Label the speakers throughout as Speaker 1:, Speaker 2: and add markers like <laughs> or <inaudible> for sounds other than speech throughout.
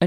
Speaker 1: A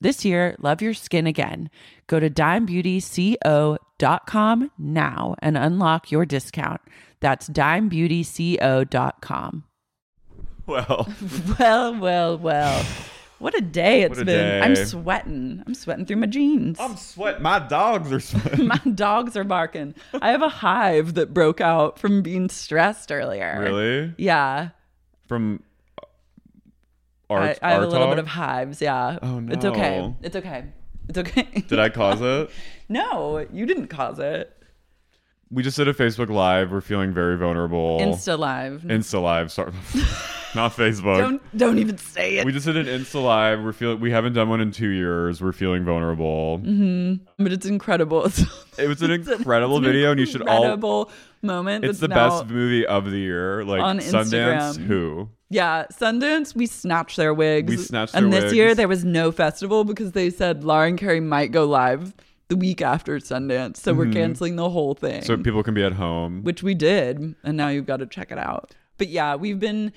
Speaker 1: This year, love your skin again. Go to dimebeautyco.com now and unlock your discount. That's dimebeautyco.com.
Speaker 2: Well,
Speaker 1: <laughs> Well, well, well. What a day it's
Speaker 2: What a
Speaker 1: been. I'm
Speaker 2: day.
Speaker 1: sweating. I'm sweating through my jeans. <laughs>
Speaker 2: sweat. My dogs are sweating.
Speaker 1: my dogs are barking. I have a hive that broke out from being stressed earlier.
Speaker 2: <laughs> really?
Speaker 1: Yeah.
Speaker 2: From uh, our,
Speaker 1: I, I have
Speaker 2: our
Speaker 1: a little
Speaker 2: talk?
Speaker 1: bit of <laughs> hives. Yeah.
Speaker 2: Oh, no.
Speaker 1: It's okay. It's okay. It's okay.
Speaker 2: Did I cause it?
Speaker 1: <laughs> No, you didn't cause it.
Speaker 2: We just did a Facebook Live. We're feeling very vulnerable.
Speaker 1: Insta live.
Speaker 2: Insta Live.
Speaker 1: <laughs>
Speaker 2: Sorry, not Facebook.
Speaker 1: Don't don't even say it.
Speaker 2: We just did an Insta Live. We're feeling. We haven't done one in two years. We're feeling vulnerable.
Speaker 1: Mm-hmm. but it's incredible. <laughs> It's,
Speaker 2: It was an
Speaker 1: <laughs> it's an
Speaker 2: incredible video, and you should all-
Speaker 1: incredible moment. that's
Speaker 2: It's the
Speaker 1: now-
Speaker 2: best movie of the year. Like
Speaker 1: on
Speaker 2: Sundance.
Speaker 1: Instagram.
Speaker 2: Who?
Speaker 1: Yeah, Sundance. We snatched their wigs.
Speaker 2: We snatched
Speaker 1: And
Speaker 2: their
Speaker 1: this year
Speaker 2: wigs.
Speaker 1: there was no festival because they said Lauren Carey might go live the week after Sundance, so we're canceling the whole thing.
Speaker 2: Mm-hmm. So people can be at home.
Speaker 1: which we did, and now you've got to check it out. But yeah, we've been.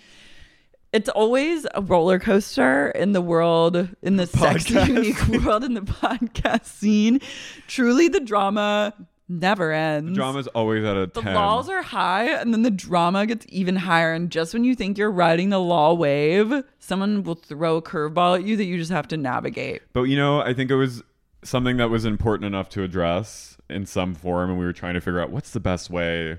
Speaker 1: It's always a roller coaster in the world, in the sexy,
Speaker 2: <laughs> Podcast.
Speaker 1: unique world, in the podcast scene. Truly, the drama never ends.
Speaker 2: Drama's always at a
Speaker 1: the
Speaker 2: 10.
Speaker 1: laws are high, and then the drama gets even higher. And just when you think you're riding the law wave, someone will throw a curveball at you that you just have to navigate.
Speaker 2: But you know, I think it was something that was important enough to address in some form, and we were trying to figure out what's the best way.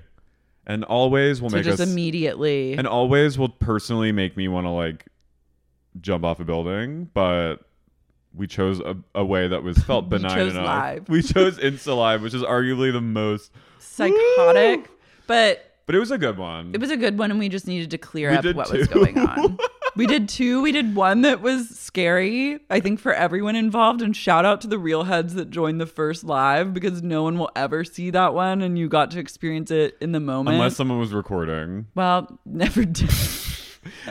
Speaker 2: And always will
Speaker 1: So
Speaker 2: make
Speaker 1: just
Speaker 2: us.
Speaker 1: immediately,
Speaker 2: and always will personally make me want to like jump off a building, but we chose a, a way
Speaker 1: <laughs>
Speaker 2: that was felt benign
Speaker 1: chose
Speaker 2: enough.
Speaker 1: live. <laughs>
Speaker 2: We chose Insta Live, which is arguably the most,
Speaker 1: psychotic, but
Speaker 2: but it was a good one.
Speaker 1: It was a good one, and we just needed to clear
Speaker 2: We
Speaker 1: up
Speaker 2: did
Speaker 1: what was
Speaker 2: too. <laughs>
Speaker 1: going on. We did two. We did one that was scary, I think, for everyone involved. And shout out to the real heads that joined the first live because no one will ever see that one. And you got to experience it in the moment.
Speaker 2: Unless someone was recording.
Speaker 1: well, <laughs> never did.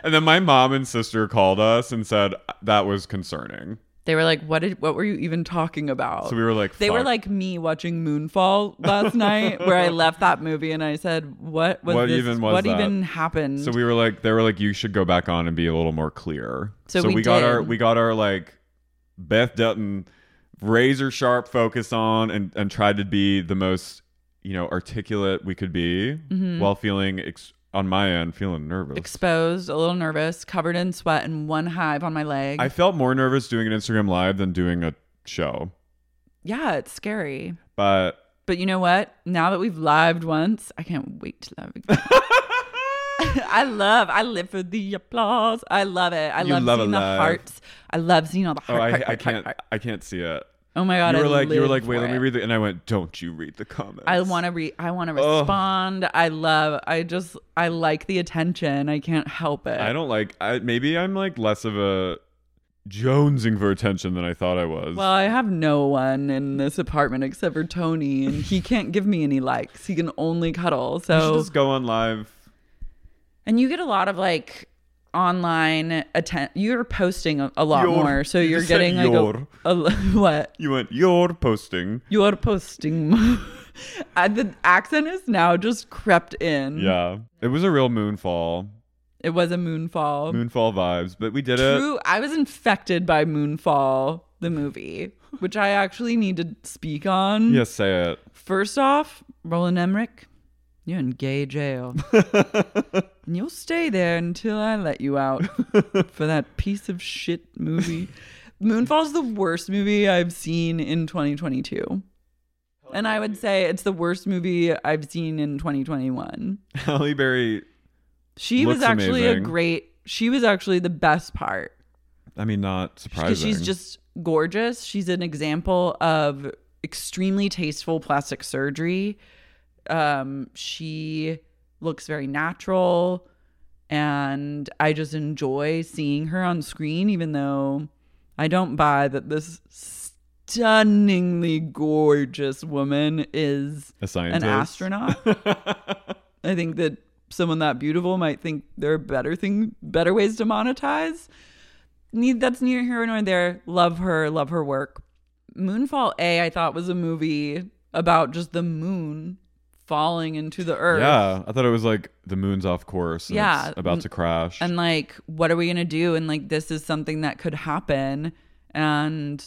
Speaker 2: And then my mom and sister called us and said that was concerning.
Speaker 1: They were like, "What did? What were you even talking about?"
Speaker 2: So we were like,
Speaker 1: They were
Speaker 2: "Fuck."
Speaker 1: like me watching Moonfall last night, where I left that movie and I said, "What was
Speaker 2: What
Speaker 1: this-
Speaker 2: even was
Speaker 1: what
Speaker 2: that?"
Speaker 1: even happened?"
Speaker 2: So we were like, they were like, you should go back on and be a little more clear.
Speaker 1: So we
Speaker 2: got our
Speaker 1: did.
Speaker 2: we got our like Beth Dutton razor sharp focus on and and tried to be the most you know articulate we could be
Speaker 1: Mm-hmm.
Speaker 2: while feeling ex- on my end feeling nervous.
Speaker 1: exposed, a little nervous, covered in sweat, and one hive on my leg.
Speaker 2: I felt more nervous doing an Instagram live than doing a show,
Speaker 1: yeah, it's scary.
Speaker 2: but
Speaker 1: But you know what? Now that we've lived once, I can't wait to live
Speaker 2: <laughs>
Speaker 1: again. <laughs> I love, I live for the applause. I love it. I
Speaker 2: You
Speaker 1: love,
Speaker 2: love a
Speaker 1: seeing the
Speaker 2: live.
Speaker 1: hearts. I love seeing all the
Speaker 2: oh,
Speaker 1: heart. <laughs>
Speaker 2: I,
Speaker 1: heart,
Speaker 2: I
Speaker 1: heart, heart,
Speaker 2: can't
Speaker 1: heart.
Speaker 2: I can't see it.
Speaker 1: Oh my god!
Speaker 2: you were
Speaker 1: I
Speaker 2: like you were
Speaker 1: live
Speaker 2: like wait
Speaker 1: for
Speaker 2: let me
Speaker 1: it.
Speaker 2: read the and I went don't you read the comments
Speaker 1: I want to re. I want to
Speaker 2: Ugh.
Speaker 1: respond. I love. I just. I like the attention. I can't help it.
Speaker 2: I don't like. I maybe I'm like less of a jonesing for attention than I thought I was.
Speaker 1: Well, I have no one in this apartment except for Tony, and he can't give me any likes. He can only cuddle.
Speaker 2: you
Speaker 1: So,
Speaker 2: should just go on live.
Speaker 1: and you get a lot of like online atten You're posting a, a lot
Speaker 2: You're-
Speaker 1: more, so
Speaker 2: you
Speaker 1: you're
Speaker 2: just said
Speaker 1: getting like a,
Speaker 2: you're.
Speaker 1: a l- <laughs> what
Speaker 2: You went. You're posting.
Speaker 1: you're posting. <laughs> more. And the accent is now just crept in.
Speaker 2: Yeah, it was a real moonfall,
Speaker 1: it was a moonfall.
Speaker 2: moonfall vibes. But we did it.
Speaker 1: True, I was infected by Moonfall, the movie, which I actually need to speak on.
Speaker 2: Yes, say it. <laughs>
Speaker 1: First off, Roland Emmerich, you're in gay
Speaker 2: <laughs>
Speaker 1: jail. and you'll stay there until I let you
Speaker 2: <laughs>
Speaker 1: out for that piece of shit movie. Moonfall's the worst movie I've seen in 2022. And I would say it's the worst movie I've seen in 2021.
Speaker 2: Halle Berry.
Speaker 1: She was
Speaker 2: Looks
Speaker 1: actually
Speaker 2: amazing.
Speaker 1: a great, she was actually the best part.
Speaker 2: I mean, not surprising.
Speaker 1: because she's just gorgeous. She's an example of extremely tasteful plastic surgery. Um, she looks very natural, and I just enjoy seeing her on screen, even though I don't buy that this stunningly gorgeous woman is
Speaker 2: a
Speaker 1: an
Speaker 2: scientist.
Speaker 1: astronaut.
Speaker 2: <laughs>
Speaker 1: I think that someone that beautiful might think there are better thing, better ways to monetize. Need that's neither here nor there. Love her, love her work. Moonfall A, I thought was a movie about just the moon falling into the earth.
Speaker 2: Yeah, I thought it was like the moon's off course. And
Speaker 1: Yeah.
Speaker 2: it's about to crash.
Speaker 1: And like, what are we gonna do? And like, this is something that could happen. And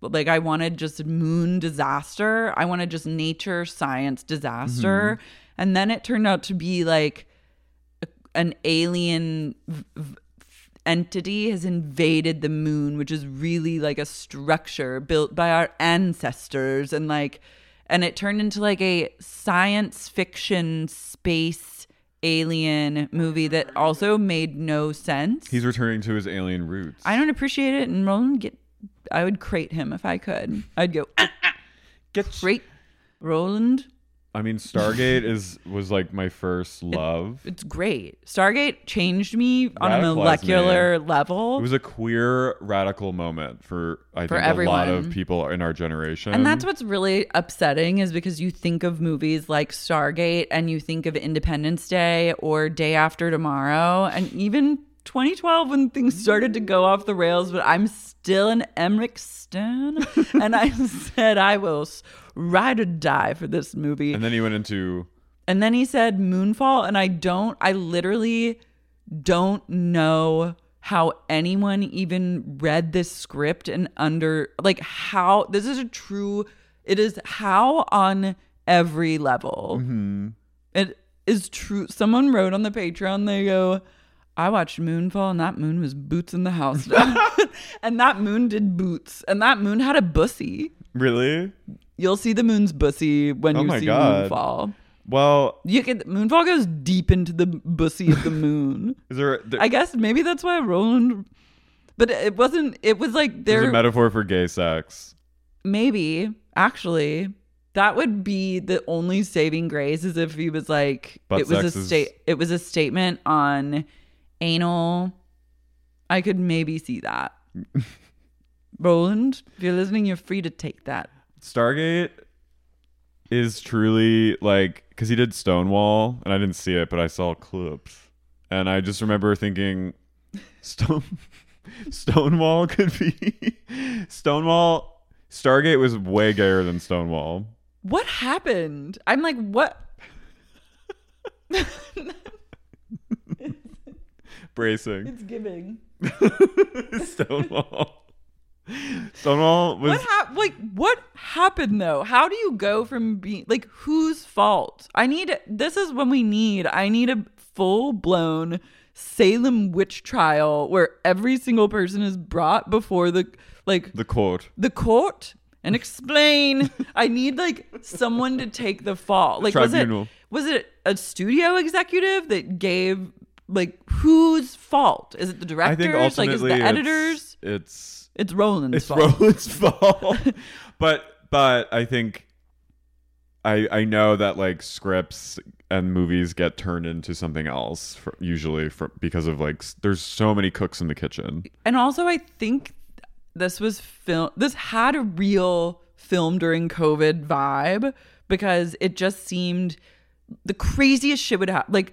Speaker 1: like, I wanted just moon disaster. I wanted just nature science disaster. And then it turned out to be like an alien v- v- entity has invaded the moon, which is really like a structure built by our ancestors, and like, and it turned into like a science fiction space alien movie that also made no sense.
Speaker 2: he's returning to his alien roots.
Speaker 1: I don't appreciate it, and Roland get. I would crate him if I could. I'd go
Speaker 2: get
Speaker 1: crate Roland.
Speaker 2: I mean, Stargate is was like my first love.
Speaker 1: It's great. Stargate changed me on a
Speaker 2: Radicalized me.
Speaker 1: molecular level.
Speaker 2: It was a queer radical moment for I
Speaker 1: For
Speaker 2: think a lot of
Speaker 1: everyone.
Speaker 2: people in our generation.
Speaker 1: And that's what's really upsetting is because you think of movies like Stargate and you think of Independence Day or Day After Tomorrow and even 2012 when things started to go off the rails, but I'm still an Emmerich Stone and I said I will s- ride or die for this movie.
Speaker 2: And then he went into
Speaker 1: And then he said Moonfall, and I don't, I literally don't know how anyone even read this script and under, like, how this is a true, it is how on every level.
Speaker 2: Mm-hmm.
Speaker 1: It is true. Someone wrote on the Patreon, they go, I watched Moonfall and that moon was boots in the house. <laughs> and that moon did boots. And that moon had a bussy.
Speaker 2: really.
Speaker 1: You'll see the moon's bussy when
Speaker 2: Oh
Speaker 1: you
Speaker 2: my
Speaker 1: see
Speaker 2: God.
Speaker 1: Moonfall.
Speaker 2: Well,
Speaker 1: You could Moonfall goes deep into the bussy
Speaker 2: <laughs>
Speaker 1: of the moon.
Speaker 2: is there, there
Speaker 1: I guess maybe that's why Roland. But it wasn't. It was like
Speaker 2: there's
Speaker 1: there
Speaker 2: a metaphor for gay sex?
Speaker 1: maybe actually that would be the only saving grace is if he was like
Speaker 2: Butt
Speaker 1: it was
Speaker 2: sex
Speaker 1: a
Speaker 2: is-
Speaker 1: state. It was a statement on anal I could maybe see
Speaker 2: <laughs>
Speaker 1: that. Roland, if you're listening, you're free to take that.
Speaker 2: Stargate is truly like because he did Stonewall, and I didn't see it, but I saw clips, and I just remember thinking, Stone <laughs> Stonewall could be <laughs> Stonewall. Stargate was way gayer than Stonewall.
Speaker 1: What happened? I'm like, what?
Speaker 2: Bracing
Speaker 1: Giving.
Speaker 2: <laughs> Stonewall. Stonewall was
Speaker 1: What hap- like what happened though? How do you go from being like whose fault? I need this is when we need. I need a full blown Salem witch trial where every single person is brought before the like
Speaker 2: the court.
Speaker 1: the court and
Speaker 2: <laughs>
Speaker 1: explain. I need like someone to take the fall. Like
Speaker 2: Tribunal.
Speaker 1: was it was it a studio executive that gave like whose fault? Is it the
Speaker 2: I
Speaker 1: directors?
Speaker 2: think
Speaker 1: like is it
Speaker 2: ultimately
Speaker 1: the
Speaker 2: it's-
Speaker 1: editors?
Speaker 2: It's
Speaker 1: It's Roland's
Speaker 2: it's
Speaker 1: fault. <laughs>
Speaker 2: Roland's fault. but but I think I I know that like scripts and movies get turned into something else for, usually for, because of like s- there's so many cooks in the kitchen.
Speaker 1: And also, I think this was film. This had a real film during COVID vibe because it just seemed the craziest shit would happen. Like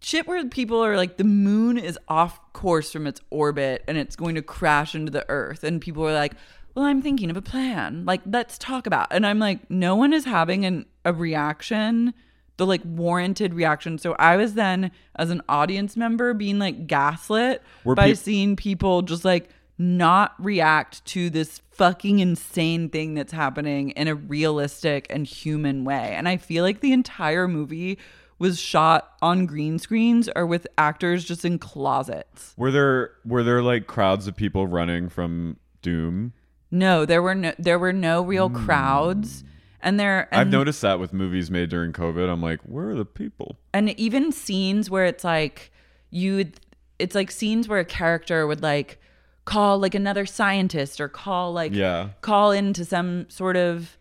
Speaker 1: shit where people are like, the moon is off course from its orbit and it's going to crash into the Earth, and people are like. Well, I'm thinking of a plan. Like, let's talk about. And I'm like, no one is having an, a reaction the like warranted reaction. So I was then as an audience member being like gaslit
Speaker 2: Were
Speaker 1: by
Speaker 2: peop-
Speaker 1: seeing people just like not react to this fucking insane thing that's happening in a realistic and human way. And I feel like the entire movie was shot on green screens or with actors just in closets.
Speaker 2: Were there were there like crowds of people running from doom?
Speaker 1: No, there were no there were no real crowds. And there and
Speaker 2: Hmm. I've noticed that with movies made during COVID. I'm like, where are the people?
Speaker 1: and even scenes where it's like you would it's like scenes where a character would like call like another scientist or call like
Speaker 2: Yeah.
Speaker 1: call into some sort of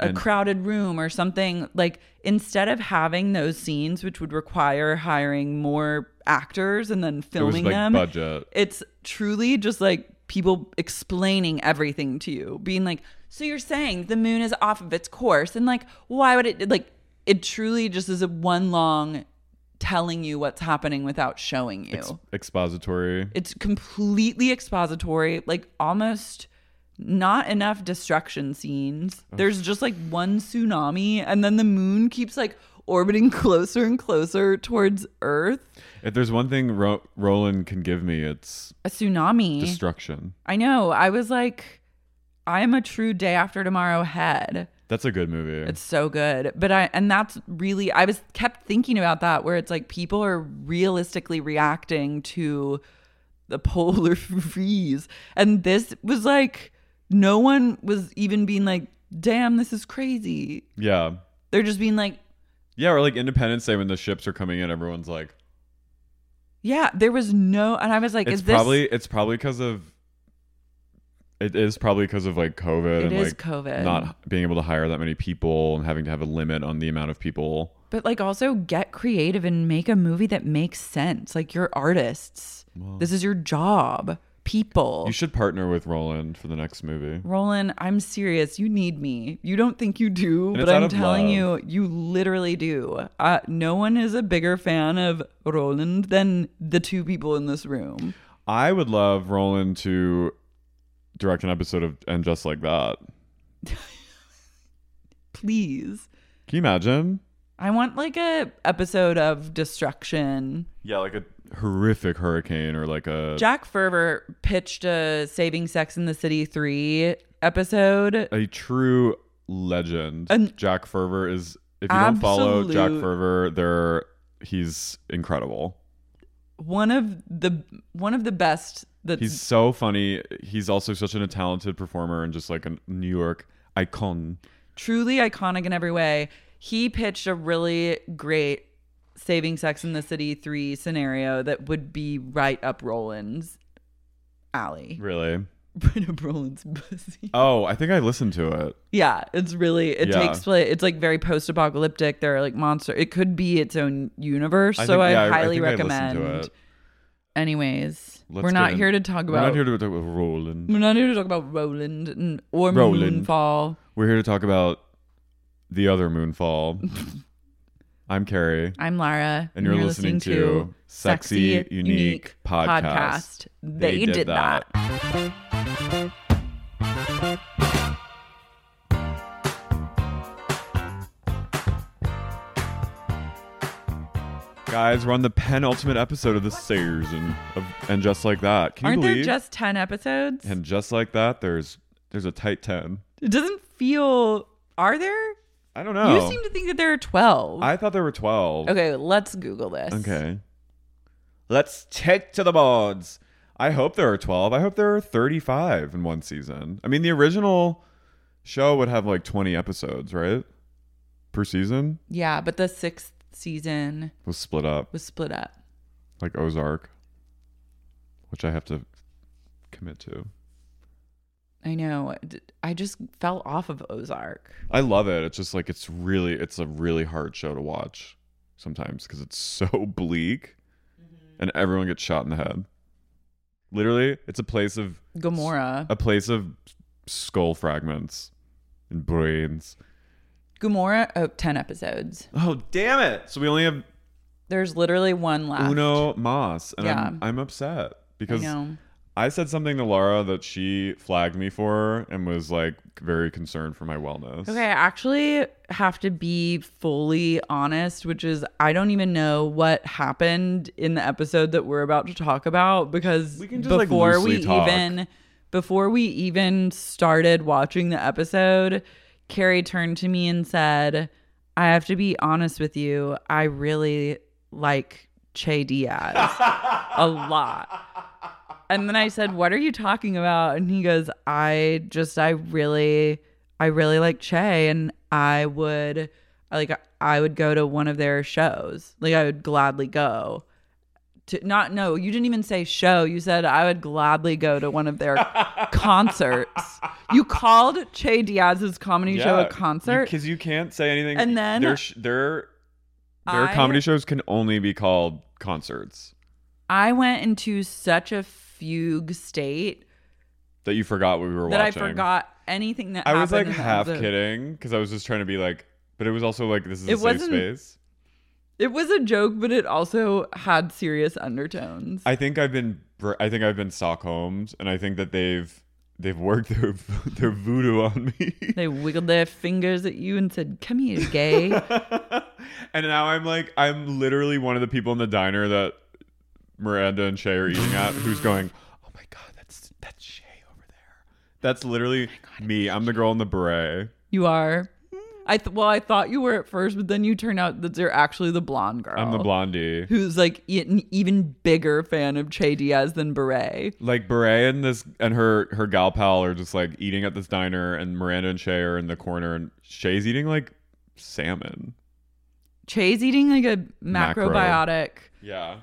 Speaker 1: a
Speaker 2: And-
Speaker 1: crowded room or something like instead of having those scenes which would require hiring more actors and then
Speaker 2: It was
Speaker 1: filming
Speaker 2: like
Speaker 1: them
Speaker 2: budget.
Speaker 1: it's truly just like people explaining everything to you, being like, "So you're saying the moon is off of its course?" And like, why would it? Like, it truly just is a one long telling you what's happening without showing you.
Speaker 2: Ex- expository.
Speaker 1: it's completely expository, like almost not enough destruction scenes. There's just like one tsunami, and then the moon keeps like orbiting <laughs> closer and closer towards Earth.
Speaker 2: If there's one thing Ro- Roland can give me, it's
Speaker 1: A tsunami.
Speaker 2: destruction.
Speaker 1: I know. I was like, I'm a true day after tomorrow head.
Speaker 2: That's a good movie.
Speaker 1: It's so good. But I, and that's really, I was kept thinking about that where it's like people are realistically reacting to the polar <laughs> freeze. And this was like, no one was even being like, damn, this is crazy.
Speaker 2: yeah.
Speaker 1: They're just being like,
Speaker 2: Yeah, or like Independence Day when the ships are coming in, everyone's like,
Speaker 1: yeah, there was no, and I was like,
Speaker 2: it's
Speaker 1: is this,
Speaker 2: probably it's probably because of it is probably because of like COVID
Speaker 1: It
Speaker 2: and
Speaker 1: is
Speaker 2: like
Speaker 1: COVID.
Speaker 2: not being able to hire that many people and having to have a limit on the amount of people.
Speaker 1: But like also get creative and make a movie that makes sense. Like you're artists. this is your job. People.
Speaker 2: You should partner with Roland for the next movie.
Speaker 1: Roland, I'm serious. You need me. You don't think you do,
Speaker 2: And
Speaker 1: but
Speaker 2: it's out
Speaker 1: I'm
Speaker 2: of
Speaker 1: telling
Speaker 2: love.
Speaker 1: you, you literally do. Uh, no one is a bigger fan of Roland than the two people in this room.
Speaker 2: I would love Roland to direct an episode of And Just Like That.
Speaker 1: Please.
Speaker 2: Can you imagine?
Speaker 1: I want like a episode of destruction.
Speaker 2: Yeah, like a horrific hurricane or like a
Speaker 1: Jack Ferber pitched a Saving Sex in the City 3 episode.
Speaker 2: a true legend.
Speaker 1: An-
Speaker 2: Jack Ferver is if you don't follow Jack
Speaker 1: Absolute-
Speaker 2: Ferver, there he's incredible.
Speaker 1: one of the one of the best that's
Speaker 2: He's so funny. He's also such a talented performer and just like a New York icon.
Speaker 1: truly iconic in every way. He pitched a really great Saving Sex in the City 3 scenario that would be right up Roland's alley.
Speaker 2: Really?
Speaker 1: <laughs> Right up Roland's pussy.
Speaker 2: Oh, I think I listened to it.
Speaker 1: Yeah, it's really it
Speaker 2: Yeah.
Speaker 1: takes place it's like very post apocalyptic. There are like monster it could be its own universe.
Speaker 2: I
Speaker 1: so
Speaker 2: think-
Speaker 1: I
Speaker 2: yeah, I- I
Speaker 1: highly
Speaker 2: think I listened to
Speaker 1: recommend.
Speaker 2: it.
Speaker 1: Anyways.
Speaker 2: Let's
Speaker 1: We're
Speaker 2: get
Speaker 1: not
Speaker 2: in-
Speaker 1: here to talk
Speaker 2: We're not
Speaker 1: about-
Speaker 2: here to talk about Roland.
Speaker 1: We're not here to talk about Roland and, or
Speaker 2: Roland.
Speaker 1: Moonfall.
Speaker 2: We're here to talk about the other Moonfall.
Speaker 1: <laughs>
Speaker 2: I'm Carrie,
Speaker 1: I'm Lara,
Speaker 2: and you're, listening, to Sexy Unique, Podcast.
Speaker 1: They, did, that.
Speaker 2: Guys, we're on the penultimate episode of the season of and just like that. Can
Speaker 1: Aren't
Speaker 2: you
Speaker 1: there
Speaker 2: believe?
Speaker 1: just ten episodes?
Speaker 2: and just like that, there's there's a tight ten.
Speaker 1: it doesn't feel. Are there?
Speaker 2: I don't know.
Speaker 1: You seem to think that there are twelve.
Speaker 2: I thought there were twelve.
Speaker 1: okay, let's Google this.
Speaker 2: Okay. Let's take to the boards. I hope there are 12. I hope there are 35 in one season. I mean, the original show would have like 20 episodes, right? Per season
Speaker 1: Yeah, but the sixth season
Speaker 2: was split up
Speaker 1: was split up.
Speaker 2: like Ozark, which I have to commit to.
Speaker 1: I know. D- I just fell off of Ozark.
Speaker 2: I love it. It's just like it's really it's a really hard show to watch sometimes because it's <laughs> so bleak and everyone gets shot in the head. Literally, it's a place of
Speaker 1: Gamora.
Speaker 2: a place of skull fragments and brains.
Speaker 1: Gamora. Oh, 10 episodes.
Speaker 2: Oh damn it! So we only have
Speaker 1: There's literally one left.
Speaker 2: Uno Mas, and I'm,
Speaker 1: Yeah.
Speaker 2: I'm upset
Speaker 1: I
Speaker 2: because I,
Speaker 1: know.
Speaker 2: said something to Laura that she flagged me for and was like very concerned for my wellness.
Speaker 1: Okay, I actually have to be fully honest, which is I don't even know what happened in the episode that we're about to talk about because
Speaker 2: We can just, like,
Speaker 1: before
Speaker 2: loosely
Speaker 1: we
Speaker 2: talk.
Speaker 1: even before we even started watching the episode, Carrie turned to me and said, "I have to be honest with you. I really like Che Diaz
Speaker 2: <laughs>
Speaker 1: a lot." And then I said, "What are you talking about?" And he goes, "I just I really I really like Che and I would I like I would go to one of their shows. Like I would gladly go." To not no, you didn't even say show. You said I would gladly go to one of
Speaker 2: <laughs>
Speaker 1: their concerts. You called Che Diaz's comedy show a concert.
Speaker 2: because you, can't say anything.
Speaker 1: And then-
Speaker 2: their sh- their their
Speaker 1: I-
Speaker 2: comedy shows can only be called concerts
Speaker 1: I went into such a fugue state
Speaker 2: that you forgot what we were
Speaker 1: that I
Speaker 2: watching.
Speaker 1: forgot anything that
Speaker 2: I was like
Speaker 1: happened in the
Speaker 2: half
Speaker 1: episode.
Speaker 2: kidding because I was just trying to be like, but it was also like this is
Speaker 1: It
Speaker 2: a safe
Speaker 1: wasn't-
Speaker 2: space.
Speaker 1: It was a joke, but it also had serious undertones.
Speaker 2: I think I've been br- I think I've been Stockholmed, and I think that they've they've worked their <laughs> their voodoo on me. <laughs>
Speaker 1: they wiggled their fingers at you and said, "Come here,
Speaker 2: <laughs>
Speaker 1: gay."
Speaker 2: and now I'm like I'm literally one of the people in the diner that Miranda and Shay are eating at, who's going, "Oh my god, that's that's Shay over there." That's literally me. I'm the girl in the beret.
Speaker 1: you are. I th- well, I thought you were at first, but then you turned out that you're actually the blonde girl.
Speaker 2: I'm the blondie.
Speaker 1: Who's like e- an even bigger fan of Che Diaz than Beret?
Speaker 2: like Beret and this and her her gal pal are just like eating at this diner, and Miranda and Shay are in the corner, and Shay's eating like salmon.
Speaker 1: Che's eating like a
Speaker 2: Macro.
Speaker 1: macrobiotic
Speaker 2: Yeah.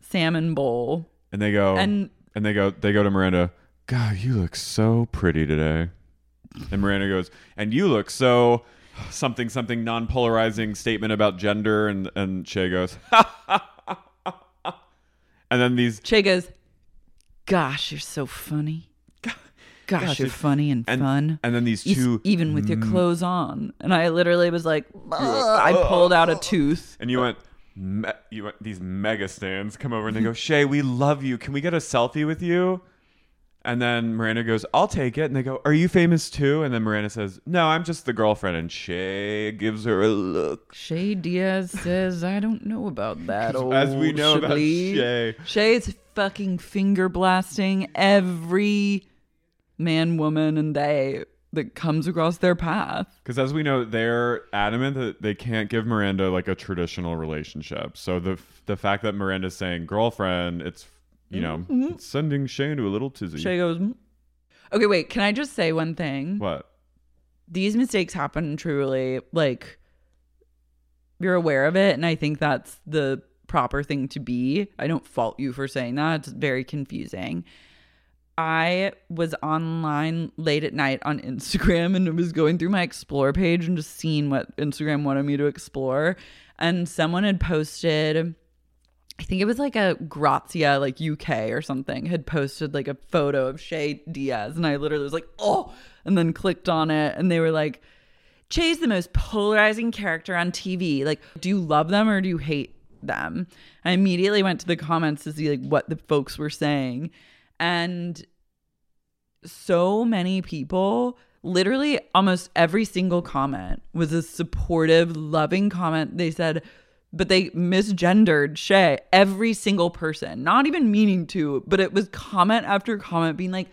Speaker 1: salmon bowl,
Speaker 2: And they go
Speaker 1: and
Speaker 2: And they go they go to Miranda, God, you look so pretty today. And Miranda goes, and you look so something something non polarizing statement about gender and and Shay goes, <laughs> and then these
Speaker 1: Che goes, "Gosh, you're so funny. Gosh, you're funny and,
Speaker 2: and
Speaker 1: fun."
Speaker 2: and then these
Speaker 1: Yes,
Speaker 2: two
Speaker 1: even with your clothes on. And I literally was like, "Ugh," I pulled out a tooth.
Speaker 2: and you went. Me- you went, these mega stands come over and they go, Shay, we love you. Can we get a selfie with you? And then Miranda goes, I'll take it. And they go, Are you famous too? And then Miranda says, No, I'm just the girlfriend. And Shay gives her a look.
Speaker 1: Shay Diaz says, I don't know about that. Old
Speaker 2: <laughs> As we know about
Speaker 1: Shay.
Speaker 2: Shay.
Speaker 1: Shay is fucking finger blasting every man, woman, and they that comes across their path.
Speaker 2: Because as we know, they're adamant that they can't give Miranda like a traditional relationship. So the the fact that Miranda's saying girlfriend, it's you know, it's sending Mm-hmm. Shay into a little tizzy.
Speaker 1: Shay goes, "Mm." Okay, wait, can I just say one thing?
Speaker 2: what?
Speaker 1: These mistakes happen truly. Like, you're aware of it and i think that's the proper thing to be i don't fault you for saying that it's very confusing i was online late at night on instagram and was going through my explore page and just seeing what instagram wanted me to explore and someone had posted I think it was like a Grazia, like UK or something, had posted like a photo of Shay Diaz. And I literally was like, oh, and then clicked on it. And they were like, Shay's the most polarizing character on TV. Like, do you love them or do you hate them? I immediately went to the comments to see like what the folks were saying. And so many people literally almost every single comment was a supportive loving comment they said but they misgendered shay every single person not even meaning to but it was comment after comment being like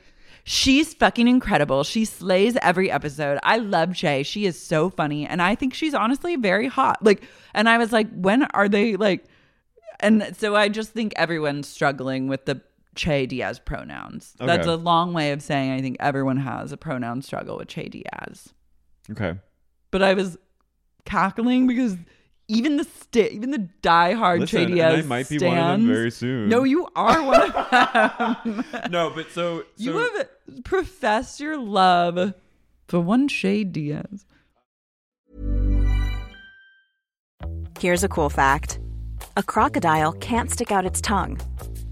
Speaker 1: she's fucking incredible she slays every episode i love shay she is so funny and i think she's honestly very hot like and i was like when are they like and so i just think everyone's struggling with the che diaz pronouns that's
Speaker 2: Okay.
Speaker 1: a long way of saying I think everyone has a pronoun struggle with Che Diaz.
Speaker 2: Okay.
Speaker 1: But I was cackling because even the sti- even the diehard
Speaker 2: Listen,
Speaker 1: Che
Speaker 2: and
Speaker 1: Diaz
Speaker 2: I might be
Speaker 1: stands,
Speaker 2: one of them very soon.
Speaker 1: No, you are one of
Speaker 2: <laughs>
Speaker 1: them.
Speaker 2: No, but so,
Speaker 1: you have professed your love for one Che Diaz.
Speaker 3: Here's a cool fact a crocodile can't stick out its tongue.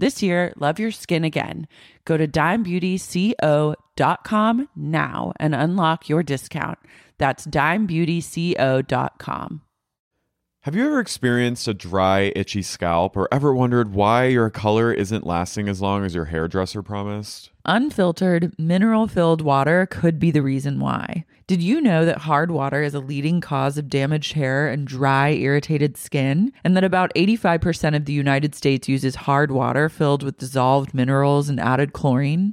Speaker 4: This year, love your skin again. Go to dimebeautyco.com now and unlock your discount. That's dimebeautyco.com.
Speaker 2: Have you ever experienced a dry, itchy scalp or ever wondered why your color isn't lasting as long as your hairdresser promised?
Speaker 4: Unfiltered, mineral filled water could be the reason why. Did you know that hard water is a leading cause of damaged hair and dry, irritated skin? And that about 85% of the United States uses hard water filled with dissolved minerals and added chlorine?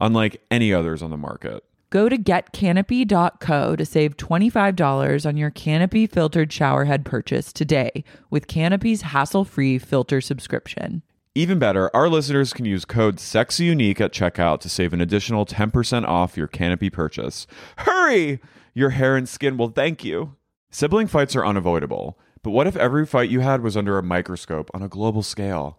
Speaker 2: unlike any others on the market.
Speaker 4: Go to getcanopy.co to save $25 on your Canopy filtered showerhead purchase today with Canopy's hassle free filter subscription.
Speaker 2: Even better, our listeners can use code SEXYUNIQUE at checkout to save an additional 10% off your Canopy purchase. Hurry! Your hair and skin will thank you. Sibling fights are unavoidable, but what if every fight you had was under a microscope on a global scale?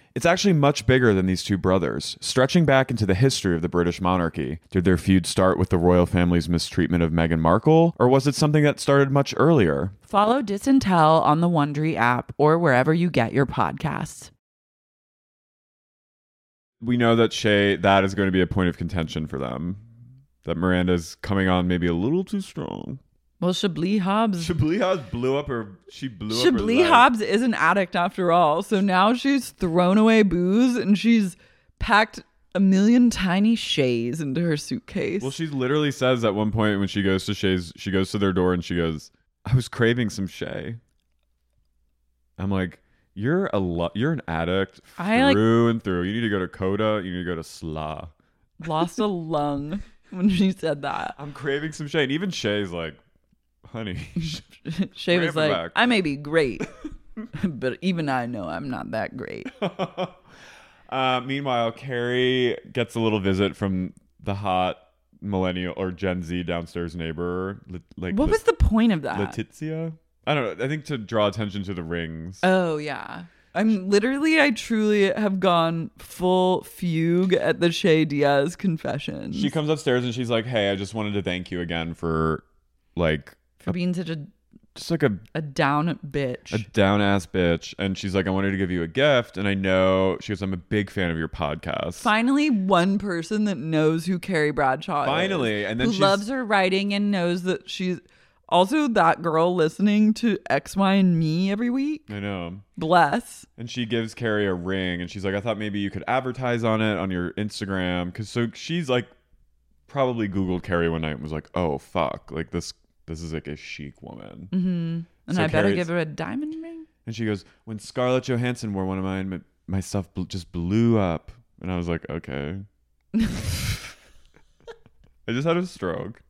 Speaker 2: It's actually much bigger than these two brothers, stretching back into the history of the British monarchy. Did their feud start with the royal family's mistreatment of Meghan Markle, or was it something that started much earlier?
Speaker 1: Follow Disintel on the Wondery app or wherever you get your podcasts.
Speaker 2: We know that Shay, that is going to be a point of contention for them. That Miranda's coming on maybe a little too strong.
Speaker 1: Well, Chablis Hobbs.
Speaker 2: Chablis Hobbs blew up her. She blew up her
Speaker 1: Chablis
Speaker 2: life.
Speaker 1: Hobbs is an addict after all. So now she's thrown away booze and she's packed a million tiny shays into her suitcase.
Speaker 2: Well, she literally says at one point when she goes to Shay's, she goes to their door and she goes, "I was craving some Shay." I'm like, "You're a lo- you're an addict
Speaker 1: I, like-
Speaker 2: through and through. You need to go to Coda. You need to go to Sla."
Speaker 1: lost
Speaker 2: <laughs>
Speaker 1: a lung when she said that.
Speaker 2: I'm craving some Shay, and even Shay's like,
Speaker 1: <laughs>
Speaker 2: "Honey, <laughs>
Speaker 1: Shay
Speaker 2: Bring
Speaker 1: was
Speaker 2: it
Speaker 1: like,
Speaker 2: back.
Speaker 1: I may be great, <laughs> but even I know I'm not that great.
Speaker 2: <laughs> Uh, meanwhile, Carrie gets a little visit from the hot millennial or Gen Z downstairs neighbor. Lit- Like,
Speaker 1: What
Speaker 2: Lit-
Speaker 1: was the point of that?
Speaker 2: Letizia? I don't know. I think to draw attention to the rings.
Speaker 1: Oh yeah. I'm literally, I truly have gone full fugue at the Shay Diaz confession
Speaker 2: she comes upstairs and she's like, "Hey, I just wanted to thank you again for like
Speaker 1: for being such a,
Speaker 2: just like a
Speaker 1: a down bitch.
Speaker 2: a down ass bitch." And she's like, "I wanted to give you a gift, and I know she goes, I'm a big fan of your podcast."
Speaker 1: Finally, one person that knows who Carrie Bradshaw
Speaker 2: Finally,
Speaker 1: is.
Speaker 2: and then
Speaker 1: who
Speaker 2: she's-
Speaker 1: loves her writing and knows that she's also that girl listening to X, Y, and Me every week.
Speaker 2: I know.
Speaker 1: Bless.
Speaker 2: And she gives Carrie a ring, and she's like, "I thought maybe you could advertise on it on your Instagram," because so she's like, probably Googled Carrie one night and was like, "Oh fuck, like this this is like a chic woman."
Speaker 1: And
Speaker 2: So
Speaker 1: I better
Speaker 2: Carrie's-
Speaker 1: give her a diamond ring.
Speaker 2: And she goes, "When Scarlett Johansson wore one of mine, my, my stuff bl- just blew up." And I was like, "Okay."
Speaker 1: <laughs>
Speaker 2: I just had a stroke.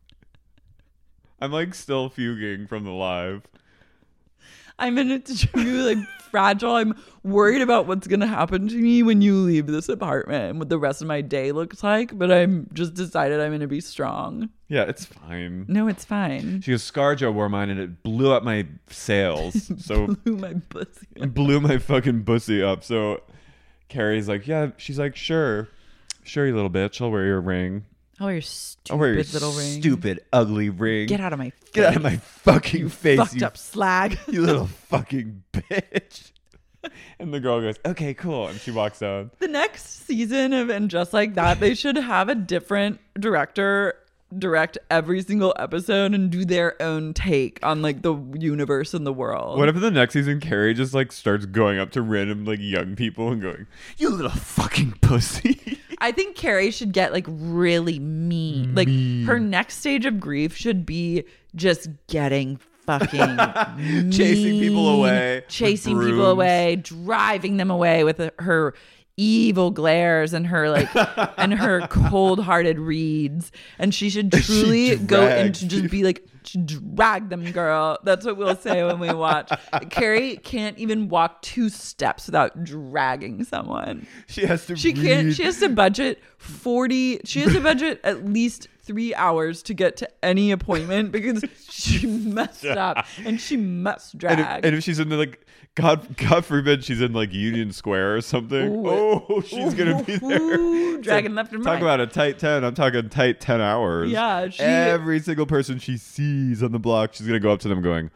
Speaker 2: I'm like still fuging from the live.
Speaker 1: I'm in a true, <laughs> like, fragile. I'm worried about what's going to happen to me when you leave this apartment and what the rest of my day looks like, but I'm just decided I'm going to be strong.
Speaker 2: Yeah, it's fine.
Speaker 1: No, it's fine.
Speaker 2: She goes, "Scarjo wore mine and it blew up my
Speaker 1: <laughs>
Speaker 2: sails." So
Speaker 1: <laughs> Blew my pussy.
Speaker 2: blew my fucking pussy up. So Carrie's like, "Yeah," she's like, "Sure, sure, you little bitch. I'll wear your ring.
Speaker 1: Oh, your stupid
Speaker 2: I'll wear your
Speaker 1: little ring.
Speaker 2: stupid ugly ring.
Speaker 1: Get out of my
Speaker 2: Get out of my fucking face.
Speaker 1: fucked
Speaker 2: you
Speaker 1: up
Speaker 2: <laughs>
Speaker 1: slag. <laughs>
Speaker 2: you little fucking bitch. And the girl goes, okay, cool. And she walks out.
Speaker 1: the next season of And Just Like That, they should have a different director direct every single episode and do their own take on like the universe and the world.
Speaker 2: What if the next season Carrie just like starts going up to random like young people and going, you little fucking pussy. <laughs>
Speaker 1: I think Carrie should get like really mean. Like her next stage of grief should be just getting fucking
Speaker 2: <laughs> Chasing people
Speaker 1: mean,
Speaker 2: away with
Speaker 1: chasing people
Speaker 2: brooms.
Speaker 1: away, driving them away with her evil glares and her
Speaker 2: <laughs>
Speaker 1: like and her cold-hearted reads and she
Speaker 2: <laughs>
Speaker 1: should truly go
Speaker 2: drags
Speaker 1: into just be like drag them girl that's what we'll say when we
Speaker 2: <laughs>
Speaker 1: watch carrie can't even walk two steps without dragging someone
Speaker 2: She has to
Speaker 1: she can't.
Speaker 2: read-
Speaker 1: She has to budget forty. She has to budget at least three hours to get to any appointment
Speaker 2: <laughs>
Speaker 1: because she messed up and she must drag.
Speaker 2: and if, and if she's in the like God God forbid she's in like Union Square or something. Oh, she's gonna be there.
Speaker 1: Ooh, dragging
Speaker 2: So,
Speaker 1: left and
Speaker 2: Talk
Speaker 1: right.
Speaker 2: about a tight ten. I'm talking tight ten hours.
Speaker 1: Yeah, she-
Speaker 2: Every single person she sees on the block, she's gonna go up to them going,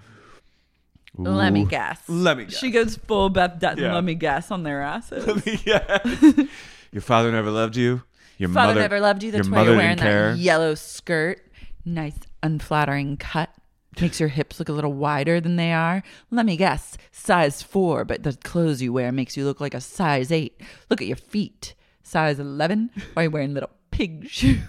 Speaker 1: let me guess.
Speaker 2: Let me guess.
Speaker 1: She goes full Beth Dutton.
Speaker 2: Yeah.
Speaker 1: Let me guess on their asses.
Speaker 2: <laughs>
Speaker 1: <laughs>
Speaker 2: yes. Your father never loved you. Your
Speaker 1: Father
Speaker 2: mother
Speaker 1: never loved you. That's
Speaker 2: your
Speaker 1: why
Speaker 2: mother
Speaker 1: you're wearing
Speaker 2: didn't care.
Speaker 1: that yellow skirt. Nice, unflattering cut. Makes your hips look a little wider than they are. Let me guess, size four, but the clothes you wear makes you look like a size eight. Look at your feet, size 11. Why are you wearing little pig <laughs> shoes?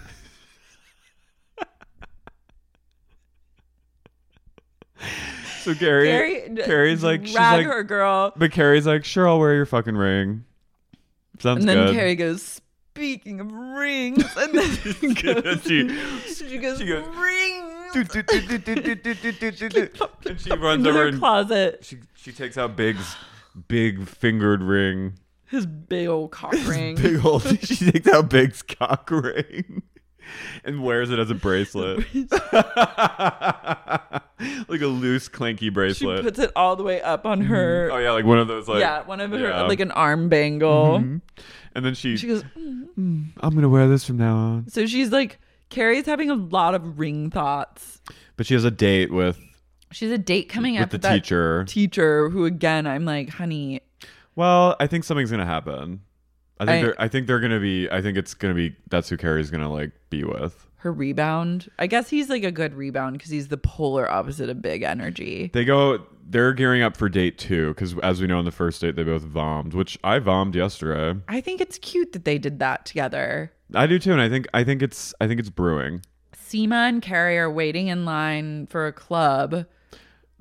Speaker 2: So Gary, Carrie's like, she's
Speaker 1: drag
Speaker 2: like,
Speaker 1: her, girl.
Speaker 2: but Carrie's like, sure, I'll wear your fucking ring. Sounds
Speaker 1: And then
Speaker 2: good. <laughs>
Speaker 1: Carrie goes, speaking of rings, and then goes,
Speaker 2: She-
Speaker 1: she goes,
Speaker 2: she goes,
Speaker 1: rings.
Speaker 2: Do, do, do, do, do, do, do, do, do, do. and she runs
Speaker 1: Into
Speaker 2: over
Speaker 1: their
Speaker 2: and
Speaker 1: closet.
Speaker 2: she she takes out Big's big fingered ring.
Speaker 1: His big old cock ring.
Speaker 2: Big <laughs> old. she takes out Big's cock ring and wears it as
Speaker 1: <laughs>
Speaker 2: a bracelet, <laughs> like a loose, clanky
Speaker 1: she
Speaker 2: bracelet.
Speaker 1: puts it all the way up on her.
Speaker 2: oh yeah, like one of those. Like
Speaker 1: yeah, one of her
Speaker 2: yeah.
Speaker 1: like an arm bangle.
Speaker 2: And then she,
Speaker 1: She goes.
Speaker 2: I'm gonna wear this from now on.
Speaker 1: So she's like Carrie's having a lot of ring thoughts.
Speaker 2: But she has a date with
Speaker 1: She has a date coming
Speaker 2: with
Speaker 1: up
Speaker 2: the
Speaker 1: with that
Speaker 2: teacher.
Speaker 1: Teacher, who again, I'm like, honey,
Speaker 2: well, I think something's gonna happen. I think
Speaker 1: I-
Speaker 2: they're. I think they're gonna be. I think it's gonna be. That's who Carrie's gonna like be with.
Speaker 1: her rebound. I guess he's like a good rebound because he's the polar opposite of big energy.
Speaker 2: They go. They're gearing up for date two because, as we know, on the first date they both vomed, which I vomed yesterday.
Speaker 1: I think it's cute that they did that together.
Speaker 2: I do too, and I think I think it's I think it's brewing.
Speaker 1: Seema and Carrie are waiting in line for a club